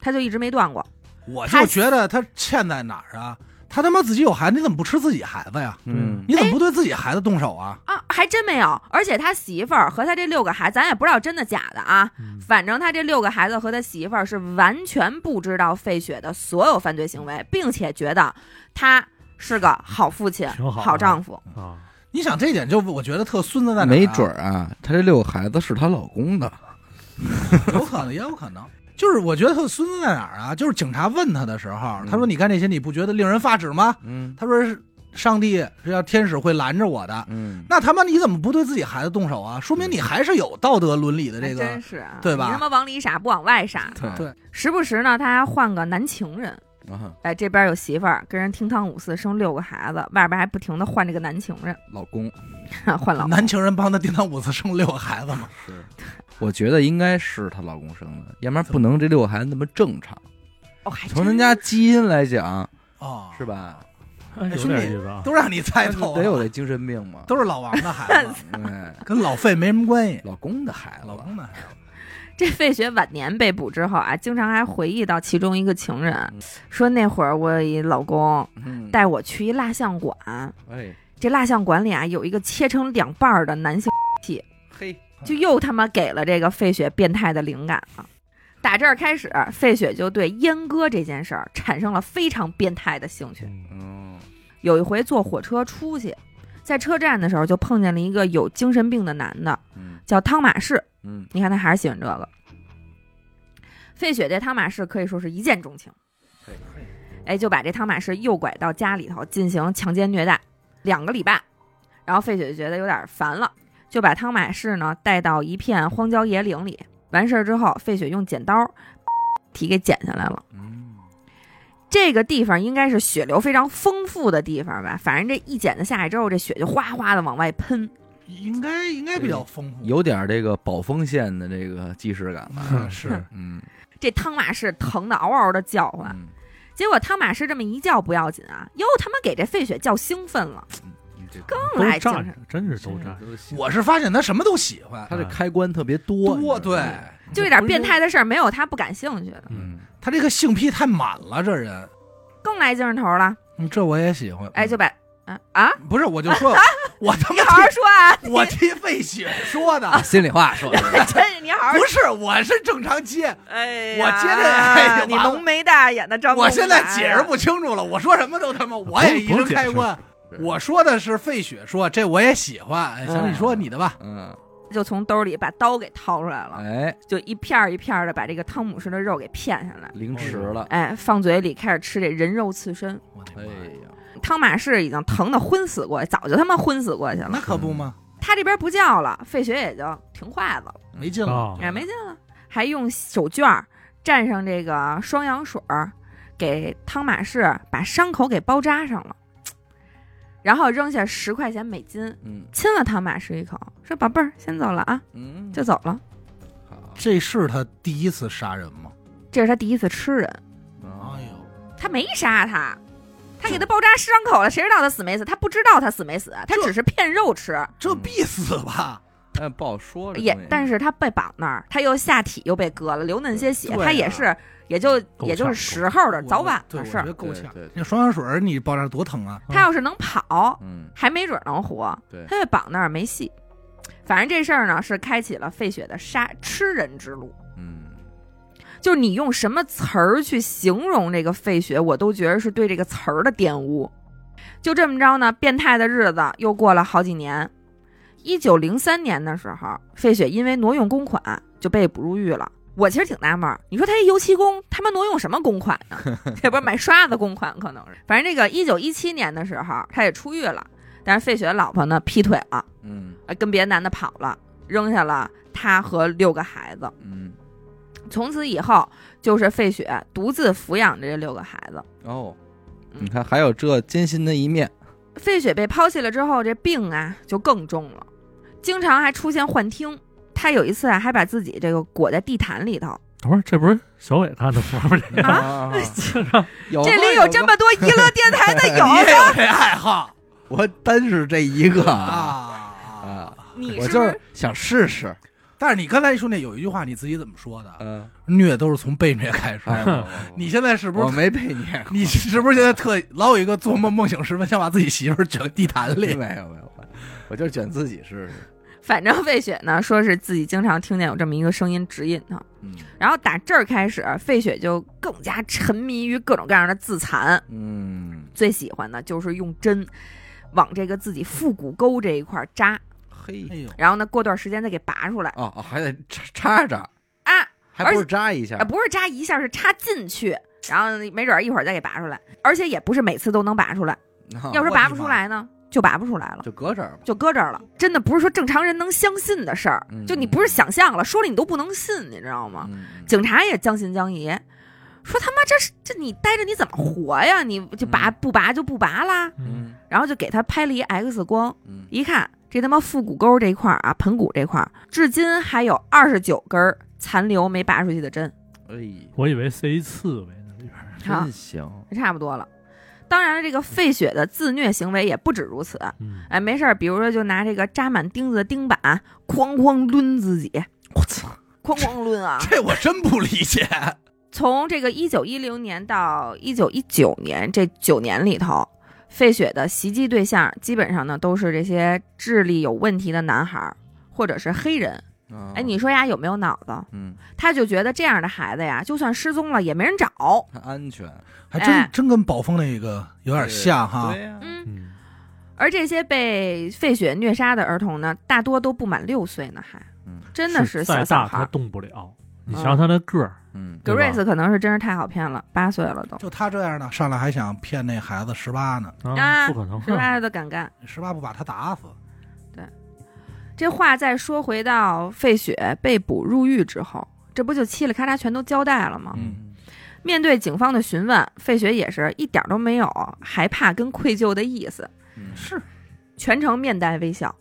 [SPEAKER 4] 他就一直没断过。
[SPEAKER 2] 我
[SPEAKER 4] 他
[SPEAKER 2] 就觉得他欠在哪儿啊？他他妈自己有孩子，你怎么不吃自己孩子呀？
[SPEAKER 1] 嗯
[SPEAKER 2] 你怎么不对自己孩子动手啊？
[SPEAKER 4] 啊，还真没有，而且他媳妇儿和他这六个孩子，咱也不知道真的假的啊。
[SPEAKER 3] 嗯
[SPEAKER 4] 反正他这六个孩子和他媳妇儿是完全不知道费雪的所有犯罪行为，并且觉得他是个好父亲、
[SPEAKER 3] 挺好啊
[SPEAKER 4] 好丈夫。
[SPEAKER 3] 啊，
[SPEAKER 2] 你想这点就我觉得特孙子在哪、啊，
[SPEAKER 1] 没准儿啊，她这六个孩子是她老公的。
[SPEAKER 2] 有可能，也有可能。就是我觉得他孙子在哪儿啊？就是警察问他的时候，他说：“你干这些，你不觉得令人发指吗
[SPEAKER 1] 嗯？”
[SPEAKER 2] 他说：“是上帝是要天使会拦着我的。
[SPEAKER 1] 嗯”，
[SPEAKER 2] 那他妈你怎么不对自己孩子动手啊？说明你还是有道德伦理的
[SPEAKER 4] 还
[SPEAKER 2] 这
[SPEAKER 4] 真
[SPEAKER 2] 个。
[SPEAKER 4] 是啊，
[SPEAKER 2] 对吧
[SPEAKER 4] 你他妈往里傻不往外傻，
[SPEAKER 1] 对
[SPEAKER 2] 对
[SPEAKER 4] 时不时呢他还换个男情人。
[SPEAKER 1] 啊，
[SPEAKER 4] 哎，这边有媳妇儿，跟人厅堂五四生六个孩子，外边还不停的换这个男情人， <laughs>
[SPEAKER 1] 老公
[SPEAKER 4] 换老公
[SPEAKER 2] 男情人帮他叮当五次生六个孩子嘛？
[SPEAKER 1] 是，我觉得应该是她老公生的，要不然不能这六个孩子那么正 <laughs> 常。
[SPEAKER 4] 哦，还
[SPEAKER 1] 从
[SPEAKER 4] 真
[SPEAKER 1] 人家基因来讲，
[SPEAKER 2] 哦，
[SPEAKER 1] 是吧？
[SPEAKER 3] 哎有
[SPEAKER 2] 兄弟
[SPEAKER 3] 点意思啊。
[SPEAKER 2] <laughs> 都让你猜透
[SPEAKER 1] <laughs> 得有
[SPEAKER 2] 了，
[SPEAKER 1] 这精神病嘛。 <laughs>
[SPEAKER 2] 都是老王的孩子，
[SPEAKER 1] 对， <laughs>
[SPEAKER 2] 跟老费没什么关系，
[SPEAKER 1] 老公的孩子，
[SPEAKER 2] 老公的孩子。
[SPEAKER 4] 这费雪晚年被捕之后啊，经常还回忆到其中一个情人
[SPEAKER 1] 嗯，
[SPEAKER 4] 说那会儿我有一老公
[SPEAKER 1] 嗯，
[SPEAKER 4] 带我去一蜡像馆，
[SPEAKER 1] 哎
[SPEAKER 4] 这蜡像馆里啊有一个切成两半儿的男性，
[SPEAKER 1] 嘿，
[SPEAKER 4] 就又他妈给了这个费雪变态的灵感了。打这儿开始，费雪就对阉割这件事儿产生了非常变态的兴趣。
[SPEAKER 3] 嗯
[SPEAKER 1] 嗯
[SPEAKER 4] 有一回坐火车出去，在车站的时候就碰见了一个有精神病的男的，
[SPEAKER 1] 嗯
[SPEAKER 4] 叫汤马士。
[SPEAKER 1] 嗯，
[SPEAKER 4] 你看他还是喜欢这个。费雪对汤马士可以说是一见钟情
[SPEAKER 1] 嘿，
[SPEAKER 4] 哎，就把这汤马士诱拐到家里头进行强奸虐待，两个礼拜，然后费雪就觉得有点烦了，就把汤马士呢带到一片荒郊野岭里。完事儿之后，费雪用剪刀题给剪下来了。
[SPEAKER 1] 嗯
[SPEAKER 4] 这个地方应该是血流非常丰富的地方吧？反正这一剪子下来之后，这血就哗哗的往外喷。
[SPEAKER 2] 应该应该比较丰富。
[SPEAKER 1] 有点这个保丰县的这个既视感了。
[SPEAKER 3] 嗯 <laughs>
[SPEAKER 2] <laughs>
[SPEAKER 3] 是
[SPEAKER 1] 嗯，
[SPEAKER 4] 这汤马士疼得嗷嗷的叫唤，
[SPEAKER 1] 嗯
[SPEAKER 4] 结果汤马士这么一叫不要紧啊，又他妈给这费雪叫兴奋了，
[SPEAKER 1] 你这
[SPEAKER 4] 更
[SPEAKER 3] 都
[SPEAKER 4] 来
[SPEAKER 3] 站
[SPEAKER 4] 精神。
[SPEAKER 3] 着，真是都站着。
[SPEAKER 1] 都行
[SPEAKER 2] 我是发现他什么都喜
[SPEAKER 1] <laughs>
[SPEAKER 2] 欢，
[SPEAKER 1] 他这开关特别多，
[SPEAKER 2] 多
[SPEAKER 1] 你知道吗
[SPEAKER 2] 对，
[SPEAKER 4] 就这点变态的事儿，没有他不感兴趣的，
[SPEAKER 1] 嗯
[SPEAKER 2] 他这个性癖太满了，这人，
[SPEAKER 4] 更来精神头了。
[SPEAKER 2] 嗯这我也喜欢。
[SPEAKER 4] 哎，就把啊啊，
[SPEAKER 2] 不是，我就说，我他
[SPEAKER 4] <laughs> 你好好
[SPEAKER 2] 妈
[SPEAKER 4] 说啊，
[SPEAKER 2] 替我替费雪说的，
[SPEAKER 1] 啊，心里话说的
[SPEAKER 4] <laughs>
[SPEAKER 1] 是，
[SPEAKER 4] 真是你好好
[SPEAKER 2] 不。是，我是正常接，
[SPEAKER 4] 哎
[SPEAKER 2] 我接着哎呀
[SPEAKER 4] 你
[SPEAKER 2] 完了
[SPEAKER 4] 浓眉大眼的张啊公
[SPEAKER 2] 我
[SPEAKER 4] 仔，
[SPEAKER 2] 现在解释不清楚了，我说什么都他妈，我也一
[SPEAKER 3] 不
[SPEAKER 2] 直
[SPEAKER 3] 用解释
[SPEAKER 2] 开关。我说的是费雪说，这我也喜欢。哎行，
[SPEAKER 1] 嗯
[SPEAKER 2] 你说你的吧。
[SPEAKER 1] 嗯，
[SPEAKER 4] 就从兜里把刀给掏出来
[SPEAKER 2] 嗯
[SPEAKER 4] 了，
[SPEAKER 1] 哎，
[SPEAKER 4] 就一片儿一片儿的把这个汤姆士的肉给片下来，
[SPEAKER 1] 凌迟了，
[SPEAKER 4] 哎，放嘴里开始吃这人肉刺身。
[SPEAKER 2] 我的
[SPEAKER 1] 哎
[SPEAKER 2] 妈呀，
[SPEAKER 1] 呀，
[SPEAKER 4] 汤马士已经疼得昏死过去，早就他妈昏死过去
[SPEAKER 2] 那
[SPEAKER 4] 了。
[SPEAKER 2] 可不嘛，
[SPEAKER 4] 他这边不叫了，费雪也就停筷子了。
[SPEAKER 2] 没劲了
[SPEAKER 3] 啊。
[SPEAKER 4] 哎也没劲了，还用手绢儿蘸上这个双氧水儿，给汤马士把伤口给包扎上了，然后扔下十块钱美金，
[SPEAKER 1] 嗯
[SPEAKER 4] 亲了汤马士一口，说：“宝贝儿，先走了啊，
[SPEAKER 1] 嗯，
[SPEAKER 4] 就走了。
[SPEAKER 1] 好，
[SPEAKER 2] 这是他第一次杀人吗？”
[SPEAKER 4] 这是他第一次吃人，
[SPEAKER 1] 嗯
[SPEAKER 2] 哎呦，
[SPEAKER 4] 他没杀他，他给他包扎伤口了，谁知道他死没死？他不知道他死没死，他
[SPEAKER 2] 这
[SPEAKER 4] 只是骗肉吃，
[SPEAKER 2] 这必死吧？
[SPEAKER 1] 哎，不好说，这
[SPEAKER 4] 也
[SPEAKER 1] 东西
[SPEAKER 2] 哎
[SPEAKER 4] 但是他被绑那儿，他又下体又被割了，流那些血，
[SPEAKER 2] 对啊
[SPEAKER 4] 他也是也就
[SPEAKER 3] 够
[SPEAKER 4] 也就
[SPEAKER 3] 呛
[SPEAKER 4] 是时候的，
[SPEAKER 2] 我
[SPEAKER 4] 早晚
[SPEAKER 2] 对我
[SPEAKER 4] 的事
[SPEAKER 2] 觉
[SPEAKER 4] 儿。
[SPEAKER 2] 得够
[SPEAKER 1] 对
[SPEAKER 2] 呛
[SPEAKER 1] 对。对
[SPEAKER 2] 那双氧水儿你爆炸多疼啊！
[SPEAKER 4] 他要是能跑，
[SPEAKER 1] 嗯，
[SPEAKER 4] 还没准能活。
[SPEAKER 1] 对
[SPEAKER 4] 他被绑那儿没戏。反正这事儿呢，是开启了费雪的杀吃人之路。
[SPEAKER 1] 嗯，
[SPEAKER 4] 就是你用什么词儿去形容这个费雪，我都觉得是对这个词儿的玷污。就这么着呢，变态的日子又过了好几年。一九零三年的时候，费雪因为挪用公款就被捕入狱了。我其实挺纳闷儿，你说他这油漆工他妈挪用什么公款呀、这不是买刷子公款，可能是。反正这个一九一七年的时候，他也出狱了，但是费雪的老婆呢劈腿了，
[SPEAKER 1] 嗯
[SPEAKER 4] 呃跟别的男的跑了，扔下了他和六个孩子。
[SPEAKER 1] 嗯，
[SPEAKER 4] 从此以后，就是费雪独自抚养着这六个孩子。
[SPEAKER 1] 哦，你看还有这艰辛的一面，
[SPEAKER 4] 费雪被抛弃了之后，这病啊就更重了，经常还出现幻听。他有一次啊，还把自己这个裹在地毯里头。
[SPEAKER 3] 等会儿这不是小伟看的吗？不是这
[SPEAKER 4] 啊
[SPEAKER 3] 个，
[SPEAKER 1] 啊，有
[SPEAKER 4] <laughs> 这
[SPEAKER 1] 吗
[SPEAKER 4] 里有啊这，么多娱乐电台的
[SPEAKER 2] 你也
[SPEAKER 4] 友，
[SPEAKER 2] 有啊这爱好
[SPEAKER 1] 吗我单是这一个啊
[SPEAKER 2] 啊？
[SPEAKER 1] 啊，
[SPEAKER 4] 你
[SPEAKER 1] 我
[SPEAKER 4] 是
[SPEAKER 1] 就
[SPEAKER 4] 不
[SPEAKER 1] 是
[SPEAKER 4] 是？
[SPEAKER 1] 想试试，
[SPEAKER 2] 但是你刚才说那有一句话，你自己怎么说的？
[SPEAKER 1] 嗯，
[SPEAKER 2] 虐都是从被虐开始。
[SPEAKER 1] 哎我
[SPEAKER 2] <laughs> 你现在是不
[SPEAKER 1] 我
[SPEAKER 2] 是？
[SPEAKER 1] 没被虐过，
[SPEAKER 2] 你是不是现在特老有一个做梦梦醒时分，想把自己媳妇儿卷地
[SPEAKER 1] <laughs>
[SPEAKER 2] 毯
[SPEAKER 1] 没
[SPEAKER 2] 里
[SPEAKER 1] 有？没有没有，我就是卷自己试试，
[SPEAKER 4] 反正费雪呢，说是自己经常听见有这么一个声音指引他。
[SPEAKER 1] <laughs> 嗯
[SPEAKER 4] 然后打这儿开始，费雪就更加沉迷于各种各样的自残。
[SPEAKER 1] 嗯，
[SPEAKER 4] 最喜欢的就是用针往这个自己腹股沟这一块儿扎，
[SPEAKER 1] 嘿
[SPEAKER 2] 哎，呦，
[SPEAKER 4] 然后呢，过段时间再给拔出来
[SPEAKER 1] 哦哦，还得插插着，
[SPEAKER 4] 啊
[SPEAKER 1] 还不
[SPEAKER 4] 而
[SPEAKER 1] 是扎一下
[SPEAKER 4] 啊，，不是扎一下，是插进去，然后没准儿一会儿再给拔出来，而且也不是每次都能拔出来，
[SPEAKER 1] 啊
[SPEAKER 4] 要是
[SPEAKER 2] 我
[SPEAKER 4] 拔
[SPEAKER 2] 的妈！
[SPEAKER 4] 不出来呢，就拔不出来了。
[SPEAKER 1] 就搁这儿吧，
[SPEAKER 4] 就搁这儿了，真的不是说正常人能相信的事儿，
[SPEAKER 1] 嗯
[SPEAKER 4] 就你不是想象了，说了你都不能信，你知道吗？
[SPEAKER 1] 嗯嗯
[SPEAKER 4] 警察也将信将疑，说他妈这是这你待着你怎么活呀？你就拔
[SPEAKER 1] 嗯
[SPEAKER 4] 不拔就不拔啦，
[SPEAKER 3] 嗯，
[SPEAKER 1] 嗯
[SPEAKER 4] 然后就给他拍了一 X 光，
[SPEAKER 1] 嗯，
[SPEAKER 4] 一看这他妈腹股沟这块儿啊，盆骨这块儿，至今还有二十九根儿残留没拔出去的针，
[SPEAKER 1] <laughs> 哎，
[SPEAKER 3] 我以为塞一刺猬呢里边儿。
[SPEAKER 4] 好
[SPEAKER 1] 真，行，
[SPEAKER 4] 差不多了。当然了，这个费雪的自虐行为也不止如此。
[SPEAKER 3] 嗯，
[SPEAKER 4] 哎，没事儿，比如说就拿这个扎满钉子的钉板，哐哐抡自己，
[SPEAKER 1] 我操，
[SPEAKER 4] 哐哐抡啊
[SPEAKER 2] 这我真不理解。
[SPEAKER 4] 从这个一九一零年到一九一九年这九年里头，费雪的袭击对象基本上呢都是这些智力有问题的男孩儿或者是黑人。
[SPEAKER 1] 啊
[SPEAKER 4] 哎，你说呀有没有脑子？
[SPEAKER 1] 嗯，
[SPEAKER 4] 他就觉得这样的孩子呀，就算失踪了也没人找。
[SPEAKER 1] 它安全，
[SPEAKER 2] 还真、
[SPEAKER 4] 哎
[SPEAKER 2] 真跟宝峰那个有点像哈。
[SPEAKER 1] 啊对呀，
[SPEAKER 4] 嗯，
[SPEAKER 3] 嗯，
[SPEAKER 4] 而这些被费雪虐杀的儿童呢，大多都不满六岁呢，还
[SPEAKER 1] 嗯
[SPEAKER 4] 真的
[SPEAKER 3] 是
[SPEAKER 4] 小
[SPEAKER 3] 再
[SPEAKER 4] 小
[SPEAKER 3] 大
[SPEAKER 4] 孩
[SPEAKER 3] 他
[SPEAKER 4] 儿。
[SPEAKER 3] 动不了。你
[SPEAKER 4] 嗯
[SPEAKER 3] 想想他那个儿，
[SPEAKER 1] 嗯，
[SPEAKER 3] 对吧
[SPEAKER 4] Grace 可能是真是太好骗了，八岁
[SPEAKER 3] <laughs>
[SPEAKER 4] 了都，
[SPEAKER 2] 就他这样的，上来还想骗那孩子十八呢，
[SPEAKER 4] 啊
[SPEAKER 3] 啊，不可能。
[SPEAKER 4] 十八岁都敢干。
[SPEAKER 2] 十八不把他打死，
[SPEAKER 4] 这话再说回到费雪被捕入狱之后，这不就嘁里咔嚓全都交代了吗？
[SPEAKER 1] 嗯
[SPEAKER 4] 面对警方的询问，费雪也是一点都没有害怕跟愧疚的意思，
[SPEAKER 1] 嗯
[SPEAKER 2] 是
[SPEAKER 4] 全程面带微笑，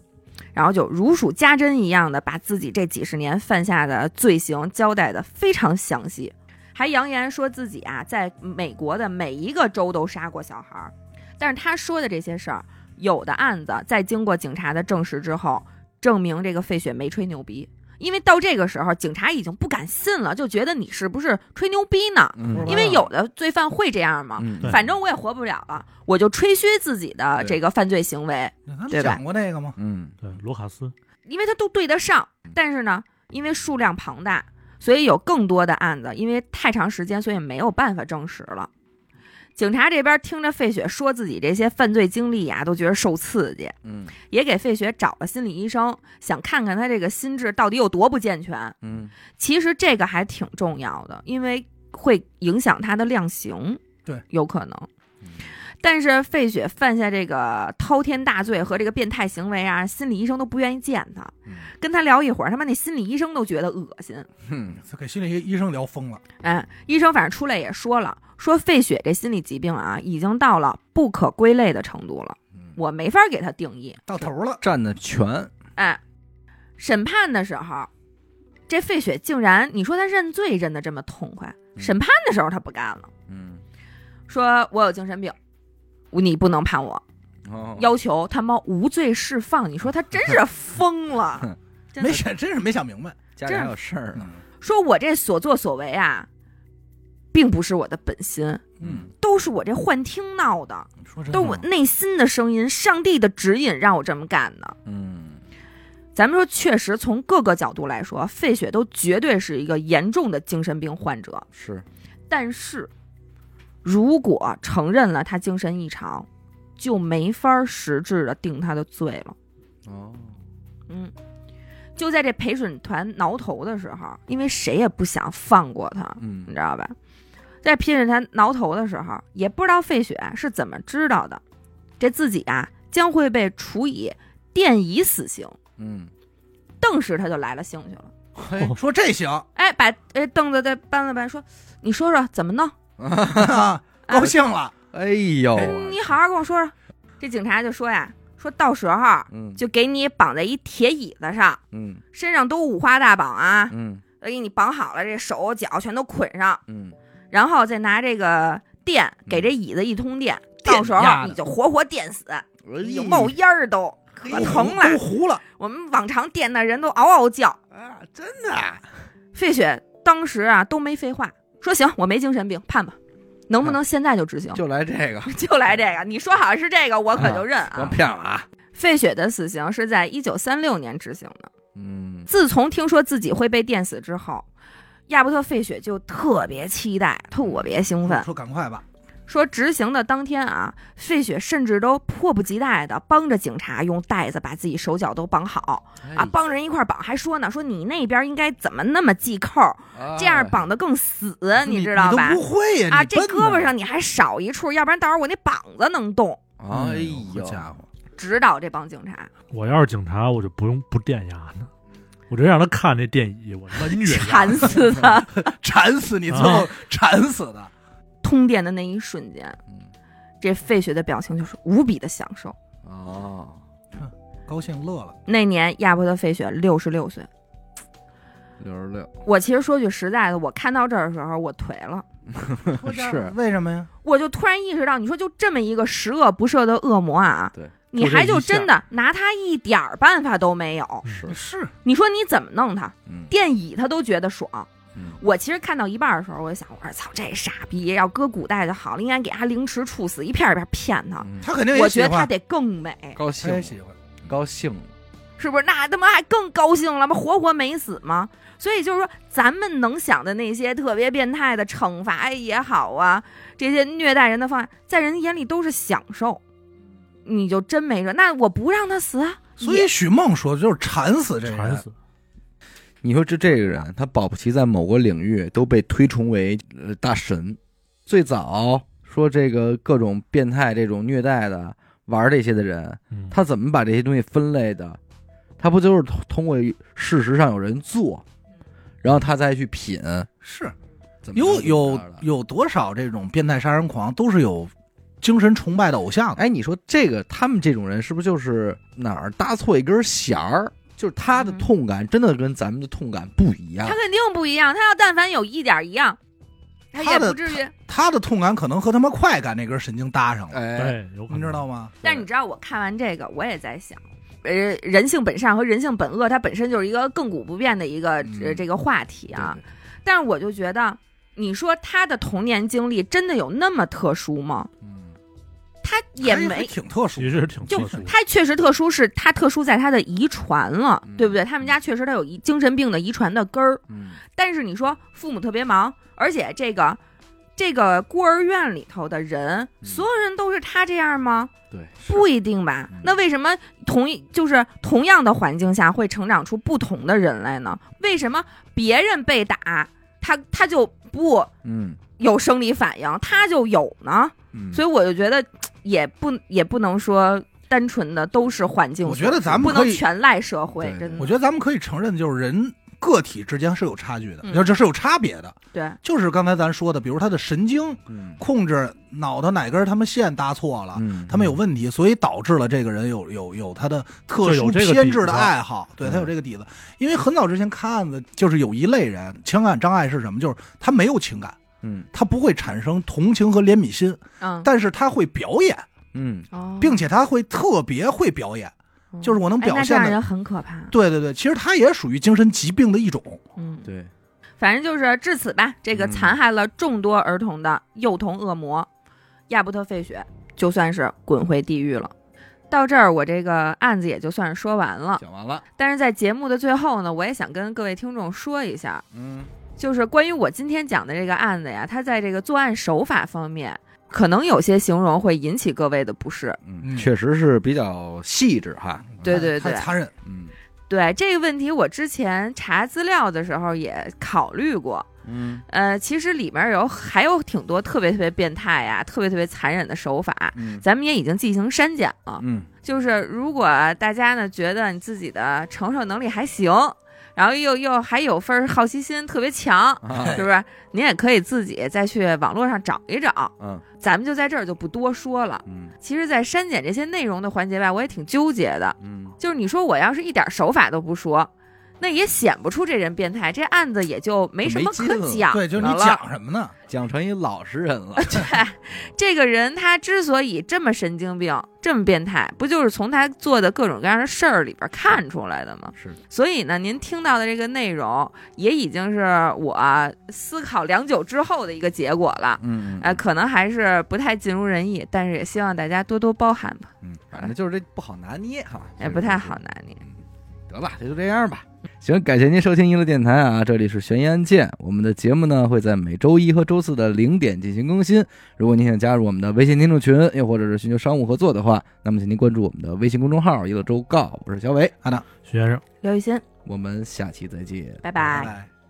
[SPEAKER 4] 然后就如数家珍一样的把自己这几十年犯下的罪行交代的非常详细，还扬言说自己啊在美国的每一个州都杀过小孩儿。但是他说的这些事儿，有的案子在经过警察的证实之后，证明这个费雪没吹牛逼。因为到这个时候，警察已经不敢信了，就觉得你是不是吹牛逼呢？
[SPEAKER 1] 嗯
[SPEAKER 4] 因为有的罪犯会这样嘛，
[SPEAKER 1] 嗯
[SPEAKER 3] 对
[SPEAKER 4] 反正我也活不了了，我就吹嘘自己的这个犯罪行为，
[SPEAKER 2] 咱
[SPEAKER 4] 对吧
[SPEAKER 2] 讲过那个吗？
[SPEAKER 1] 嗯
[SPEAKER 3] 对，罗卡斯，
[SPEAKER 4] 因为它都对得上。但是呢，因为数量庞大，所以有更多的案子，因为太长时间，所以没有办法证实了。警察这边听着费雪说自己这些犯罪经历呀、都觉得受刺激，
[SPEAKER 1] 嗯
[SPEAKER 4] 也给费雪找了心理医生，想看看他这个心智到底有多不健全。
[SPEAKER 1] 嗯
[SPEAKER 4] 其实这个还挺重要的，因为会影响他的量刑，
[SPEAKER 2] 对，
[SPEAKER 4] 有可能
[SPEAKER 1] 嗯。
[SPEAKER 4] 但是费雪犯下这个滔天大罪和这个变态行为啊，心理医生都不愿意见他，
[SPEAKER 1] 嗯
[SPEAKER 4] 跟他聊一会儿，他妈那心理医生都觉得恶心。
[SPEAKER 1] 哼
[SPEAKER 2] 这给心理医生聊疯了，
[SPEAKER 4] 哎，医生反正出来也说了，说费雪这心理疾病啊，已经到了不可归类的程度了，
[SPEAKER 1] 嗯
[SPEAKER 4] 我没法给他定义。
[SPEAKER 2] 到头了，，
[SPEAKER 1] 站的全，
[SPEAKER 4] 哎，审判的时候，这费雪竟然，你说他认罪认得这么痛快，
[SPEAKER 1] 嗯
[SPEAKER 4] 审判的时候他不干了，
[SPEAKER 1] 嗯，
[SPEAKER 4] 说我有精神病，你不能判我，
[SPEAKER 1] 哦
[SPEAKER 4] 要求他妈无罪释放。你说他真
[SPEAKER 1] <laughs>
[SPEAKER 4] 是疯了真
[SPEAKER 2] 没
[SPEAKER 4] 的
[SPEAKER 2] 想真是没想明白。
[SPEAKER 1] 家里还有事儿呢，
[SPEAKER 4] 说我这所作所为啊，并不是我的本心，
[SPEAKER 1] 嗯
[SPEAKER 4] 都是我这幻听闹的，
[SPEAKER 2] 你说这
[SPEAKER 4] 嗯都是我内心的声音、上帝的指引让我这么干的。
[SPEAKER 1] 嗯
[SPEAKER 4] 咱们说，确实从各个角度来说，费雪都绝对是一个严重的精神病患者。
[SPEAKER 1] 是，
[SPEAKER 4] 但是，如果承认了他精神异常，就没法实质的定他的罪了。
[SPEAKER 1] 哦，
[SPEAKER 4] 嗯，就在这陪审团挠头的时候，因为谁也不想放过他，
[SPEAKER 1] 嗯
[SPEAKER 4] 你知道吧？在陪审团挠头的时候，也不知道费雪是怎么知道的，这自己啊将会被处以电椅死刑。
[SPEAKER 1] 嗯，
[SPEAKER 4] 顿时他就来了兴趣了，
[SPEAKER 1] 嘿，
[SPEAKER 2] 说这
[SPEAKER 4] <laughs>
[SPEAKER 2] 行，
[SPEAKER 4] 哎，把哎凳子再搬了搬，说：“你说说怎么弄？啊
[SPEAKER 2] 高兴了，
[SPEAKER 1] 哎呦啊，
[SPEAKER 4] 你好好跟我说说。”这警察就说呀：“说到时候
[SPEAKER 1] 嗯，
[SPEAKER 4] 就给你绑在一铁椅子上，
[SPEAKER 1] 嗯
[SPEAKER 4] 身上都五花大绑啊，
[SPEAKER 1] 嗯
[SPEAKER 4] 我给你绑好了，这手脚全都捆上，
[SPEAKER 1] 嗯，
[SPEAKER 4] 然后再拿这个电
[SPEAKER 1] 嗯
[SPEAKER 4] 给这椅子一通电，
[SPEAKER 2] 电
[SPEAKER 4] 到时候
[SPEAKER 2] 压的
[SPEAKER 4] 你就活活电死，
[SPEAKER 1] 哎
[SPEAKER 4] 你就冒烟儿都，可
[SPEAKER 2] 都
[SPEAKER 4] 疼
[SPEAKER 2] 哎都
[SPEAKER 4] 了。
[SPEAKER 2] 糊了
[SPEAKER 4] 我们往常电的人都嗷嗷叫。
[SPEAKER 1] 哎
[SPEAKER 2] 啊！真的，
[SPEAKER 4] 费雪当时啊都没废话，说行，我没精神病，判吧，能不
[SPEAKER 2] 嗯
[SPEAKER 4] 能现在就执行？
[SPEAKER 1] 就来这个，
[SPEAKER 4] <laughs> 就来这个，你说好是这个，我可就认
[SPEAKER 1] 光
[SPEAKER 4] 啊。
[SPEAKER 1] 骗了啊，
[SPEAKER 4] 费雪的死刑是在一九三六年执行的。
[SPEAKER 1] 嗯
[SPEAKER 4] 自从听说自己会被电死之后，亚伯特·费雪就特别期待，特别兴奋。
[SPEAKER 2] 说赶快吧，
[SPEAKER 4] 说执行的当天啊，费雪甚至都迫不及待的帮着警察用带子把自己手脚都绑好
[SPEAKER 1] 哎
[SPEAKER 2] 哎
[SPEAKER 4] 啊，帮人一块儿绑，还说呢，说你那边应该怎么那么系扣，
[SPEAKER 1] 哎
[SPEAKER 4] 这样绑得更死，
[SPEAKER 2] 哎你
[SPEAKER 4] 知道吧
[SPEAKER 2] 你？都不会呀
[SPEAKER 4] 啊，
[SPEAKER 2] 你
[SPEAKER 4] 这
[SPEAKER 2] 笨
[SPEAKER 4] 胳
[SPEAKER 2] 呢
[SPEAKER 4] 膊上你还少一处，要不然到时候我那膀子能动。
[SPEAKER 1] 哎
[SPEAKER 2] 嗯好
[SPEAKER 1] 呦，
[SPEAKER 2] 家伙，
[SPEAKER 4] 指导这帮警察，
[SPEAKER 3] 我要是警察，我就不用不电压呢，我就让他看这电椅，我
[SPEAKER 4] <laughs>
[SPEAKER 3] 他妈虐压
[SPEAKER 4] 馋死啊他！
[SPEAKER 2] 馋死你，最后馋死的，
[SPEAKER 4] 通电的那一瞬间，
[SPEAKER 1] <laughs> 嗯
[SPEAKER 4] 这费雪的表情就是无比的享受。
[SPEAKER 1] 哦，
[SPEAKER 2] 高兴乐
[SPEAKER 4] <laughs>
[SPEAKER 2] 了，
[SPEAKER 4] 那年亚伯特·费雪六十六岁。
[SPEAKER 1] 六十六，
[SPEAKER 4] 我其实说句实在的，我看到这儿的时候，我颓了。
[SPEAKER 1] 是
[SPEAKER 2] 为什么呀？
[SPEAKER 4] 我就突然意识到，你说就这么一个十恶不赦的恶魔啊，
[SPEAKER 1] 对，
[SPEAKER 4] 你还就真
[SPEAKER 3] 就这一
[SPEAKER 4] 的拿他一点儿办法都没有。
[SPEAKER 3] 是
[SPEAKER 2] 是
[SPEAKER 4] 你说你怎么弄他？
[SPEAKER 1] 嗯
[SPEAKER 4] 电椅他都觉得爽。
[SPEAKER 1] 嗯
[SPEAKER 4] 我其实看到一半的时候，我就想，我说操，这傻逼要搁古代就好了，应该给他凌迟处死，一片儿一片儿骗他。
[SPEAKER 1] 嗯
[SPEAKER 2] 他肯定也
[SPEAKER 4] 我
[SPEAKER 2] 喜
[SPEAKER 4] 觉得
[SPEAKER 2] 欢，
[SPEAKER 4] 他得更美，
[SPEAKER 1] 高
[SPEAKER 2] 他也
[SPEAKER 1] 兴
[SPEAKER 2] 喜欢。
[SPEAKER 1] 高兴了，
[SPEAKER 4] 是不是？那他妈还更高兴了吗？活活没死吗？所以就是说，咱们能想的那些特别变态的惩罚也好啊，这些虐待人的方案，在人眼里都是享受。你就真没辙，那我不让他死啊！
[SPEAKER 2] 所以许梦说的就是馋死这人
[SPEAKER 3] 馋死，
[SPEAKER 1] 你说这这个人，他保不齐在某个领域都被推崇为呃大神。最早说这个各种变态、这种虐待的、玩这些的人，
[SPEAKER 3] 嗯，
[SPEAKER 1] 他怎么把这些东西分类的？他不就是通通过事实上有人做，然后他再去品？
[SPEAKER 2] 是
[SPEAKER 1] 怎么着
[SPEAKER 2] 有有
[SPEAKER 1] 怎么着的
[SPEAKER 2] 有多少这种变态杀人狂都是有精神崇拜的偶像的？
[SPEAKER 1] 哎，你说这个他们这种人是不是就是哪儿搭错一根弦儿？就是他的
[SPEAKER 4] 嗯
[SPEAKER 1] 痛感真的跟咱们的痛感不一样
[SPEAKER 2] 啊
[SPEAKER 4] 他。肯定不一样，他要但凡有一点一样，他也
[SPEAKER 2] 他的
[SPEAKER 4] 不至于。
[SPEAKER 2] 他的痛感可能和他妈快感那根神经搭上了，
[SPEAKER 1] 哎，
[SPEAKER 3] 对，有可能
[SPEAKER 2] 你知道吗？
[SPEAKER 4] 但是你知道，我看完这个，我也在想，呃，人性本善和人性本恶，它本身就是一个亘古不变的一个、呃
[SPEAKER 1] 嗯
[SPEAKER 4] 这个话题啊。
[SPEAKER 1] 对
[SPEAKER 4] 但是我就觉得，你说他的童年经历真的有那么特殊吗？
[SPEAKER 1] 嗯
[SPEAKER 4] 他也
[SPEAKER 2] 还还
[SPEAKER 4] 没，
[SPEAKER 2] 挺特殊
[SPEAKER 3] 其，实挺特
[SPEAKER 4] 就
[SPEAKER 3] 殊的，
[SPEAKER 4] 他确实特殊，是他特殊在他的遗传了，
[SPEAKER 1] 嗯
[SPEAKER 4] 对不对？他们家确实他有遗精神病的遗传的根儿，
[SPEAKER 1] 嗯，
[SPEAKER 4] 但是你说父母特别忙，而且这个这个孤儿院里头的人，
[SPEAKER 1] 嗯
[SPEAKER 4] 所有人都是他这样吗？
[SPEAKER 1] 对，
[SPEAKER 4] 不一定吧
[SPEAKER 1] 嗯？
[SPEAKER 4] 那为什么同一就是同样的环境下会成长出不同的人来呢？为什么别人被打，他他就不
[SPEAKER 1] 嗯
[SPEAKER 4] 有生理反应，他就有呢？
[SPEAKER 1] 嗯，
[SPEAKER 4] 所以我就觉得也不也不能说单纯的都是环境所
[SPEAKER 2] 我
[SPEAKER 4] 致，
[SPEAKER 2] 觉得咱们
[SPEAKER 4] 不
[SPEAKER 2] 可
[SPEAKER 4] 能
[SPEAKER 2] 以
[SPEAKER 4] 全赖社会
[SPEAKER 1] 对，
[SPEAKER 4] 真的。
[SPEAKER 2] 我觉得咱们可以承认，就是人个体之间是有差距的，
[SPEAKER 4] 嗯
[SPEAKER 2] 要这是有差别的。
[SPEAKER 4] 对，
[SPEAKER 2] 就是刚才咱说的，比如他的神经
[SPEAKER 1] 嗯
[SPEAKER 2] 控制脑袋哪根他们线搭错了，
[SPEAKER 1] 嗯，
[SPEAKER 2] 他们有问题，所以导致了这个人有有有他的特
[SPEAKER 3] 就有
[SPEAKER 2] 殊
[SPEAKER 3] 这个
[SPEAKER 2] 偏
[SPEAKER 3] 底
[SPEAKER 2] 执
[SPEAKER 3] 子嗯
[SPEAKER 2] 的爱好，对他有这个底子。因为很早之前看案子，就是有一类人情感障碍是什么？就是他没有情感，
[SPEAKER 1] 嗯
[SPEAKER 2] 他不会产生同情和怜悯心，
[SPEAKER 4] 嗯，
[SPEAKER 2] 但是他会表演，
[SPEAKER 1] 嗯
[SPEAKER 4] 哦
[SPEAKER 2] 并且他会特别会表演。
[SPEAKER 4] 嗯
[SPEAKER 2] 就是我能
[SPEAKER 4] 哎
[SPEAKER 2] 表
[SPEAKER 4] 那这
[SPEAKER 2] 现
[SPEAKER 4] 样
[SPEAKER 2] 的
[SPEAKER 4] 人很可怕。
[SPEAKER 2] 对对对，其实他也属于精神疾病的一种。
[SPEAKER 4] 嗯，
[SPEAKER 1] 对，
[SPEAKER 4] 反正就是至此吧，这个
[SPEAKER 1] 嗯
[SPEAKER 4] 残害了众多儿童的幼童恶魔亚伯特·费雪，就算是滚回地狱了。到这儿，我这个案子也就算是说完了。
[SPEAKER 1] 讲完了，
[SPEAKER 4] 但是在节目的最后呢，我也想跟各位听众说一下，啊
[SPEAKER 1] 嗯
[SPEAKER 4] 就是关于我今天讲的这个案子呀，它在这个作案手法方面，可能有些形容会引起各位的不适。
[SPEAKER 1] 嗯，确实是比较细致哈，
[SPEAKER 4] 对对
[SPEAKER 2] 太
[SPEAKER 4] 对
[SPEAKER 2] 太残忍。
[SPEAKER 1] 嗯
[SPEAKER 4] 对这个问题，我之前查资料的时候也考虑过，
[SPEAKER 1] 嗯
[SPEAKER 4] 呃，其实里面有还有挺多特别特别变态呀、特别特别残忍的手法， <laughs>
[SPEAKER 1] 嗯
[SPEAKER 4] 咱们也已经进行删减了。
[SPEAKER 1] 嗯
[SPEAKER 4] 就是如果大家呢觉得你自己的承受能力还行，然后又又还有份儿好奇心特别强，
[SPEAKER 1] 啊
[SPEAKER 4] 是不是？您也可以自己再去网络上找一找，
[SPEAKER 1] 嗯
[SPEAKER 4] 咱们就在这儿就不多说了。
[SPEAKER 1] 嗯
[SPEAKER 4] 其实，在删减这些内容的环节吧，我也挺纠结的。
[SPEAKER 1] 嗯，
[SPEAKER 4] 就是你说我要是一点手法都不说，那也显不出这人变态，这案子也就没什么
[SPEAKER 1] 没劲
[SPEAKER 4] 可
[SPEAKER 1] 了
[SPEAKER 4] 讲
[SPEAKER 2] 对，就是
[SPEAKER 4] 的
[SPEAKER 2] 你
[SPEAKER 4] 了
[SPEAKER 2] 讲什么呢？
[SPEAKER 1] 讲成一老实人 <laughs> 了，
[SPEAKER 4] 这个人他之所以这么神经病、这么变态，不就是从他做的各种各样的事儿里边看出来的吗？
[SPEAKER 1] 是，
[SPEAKER 4] 所以呢，您听到的这个内容也已经是我思考良久之后的一个结果了。
[SPEAKER 1] 嗯
[SPEAKER 4] 呃，可能还是不太尽如人意，但是也希望大家多多包涵吧，
[SPEAKER 1] 嗯，反正就是这不好拿捏哈，
[SPEAKER 4] 也不太好拿捏。
[SPEAKER 1] 得吧，这就这样吧。行，感谢您收听娱乐电台啊，这里是悬疑案件。我们的节目呢会在每周一和周四的零点进行更新。如果您想加入我们的微信听众群，又或者是寻求商务合作的话，那么请您关注我们的微信公众号“娱乐周告”。我是小伟，
[SPEAKER 2] 好的，
[SPEAKER 3] 徐先生。
[SPEAKER 4] 刘雨欣，
[SPEAKER 1] 我们下期再见。
[SPEAKER 4] 拜
[SPEAKER 2] 拜拜。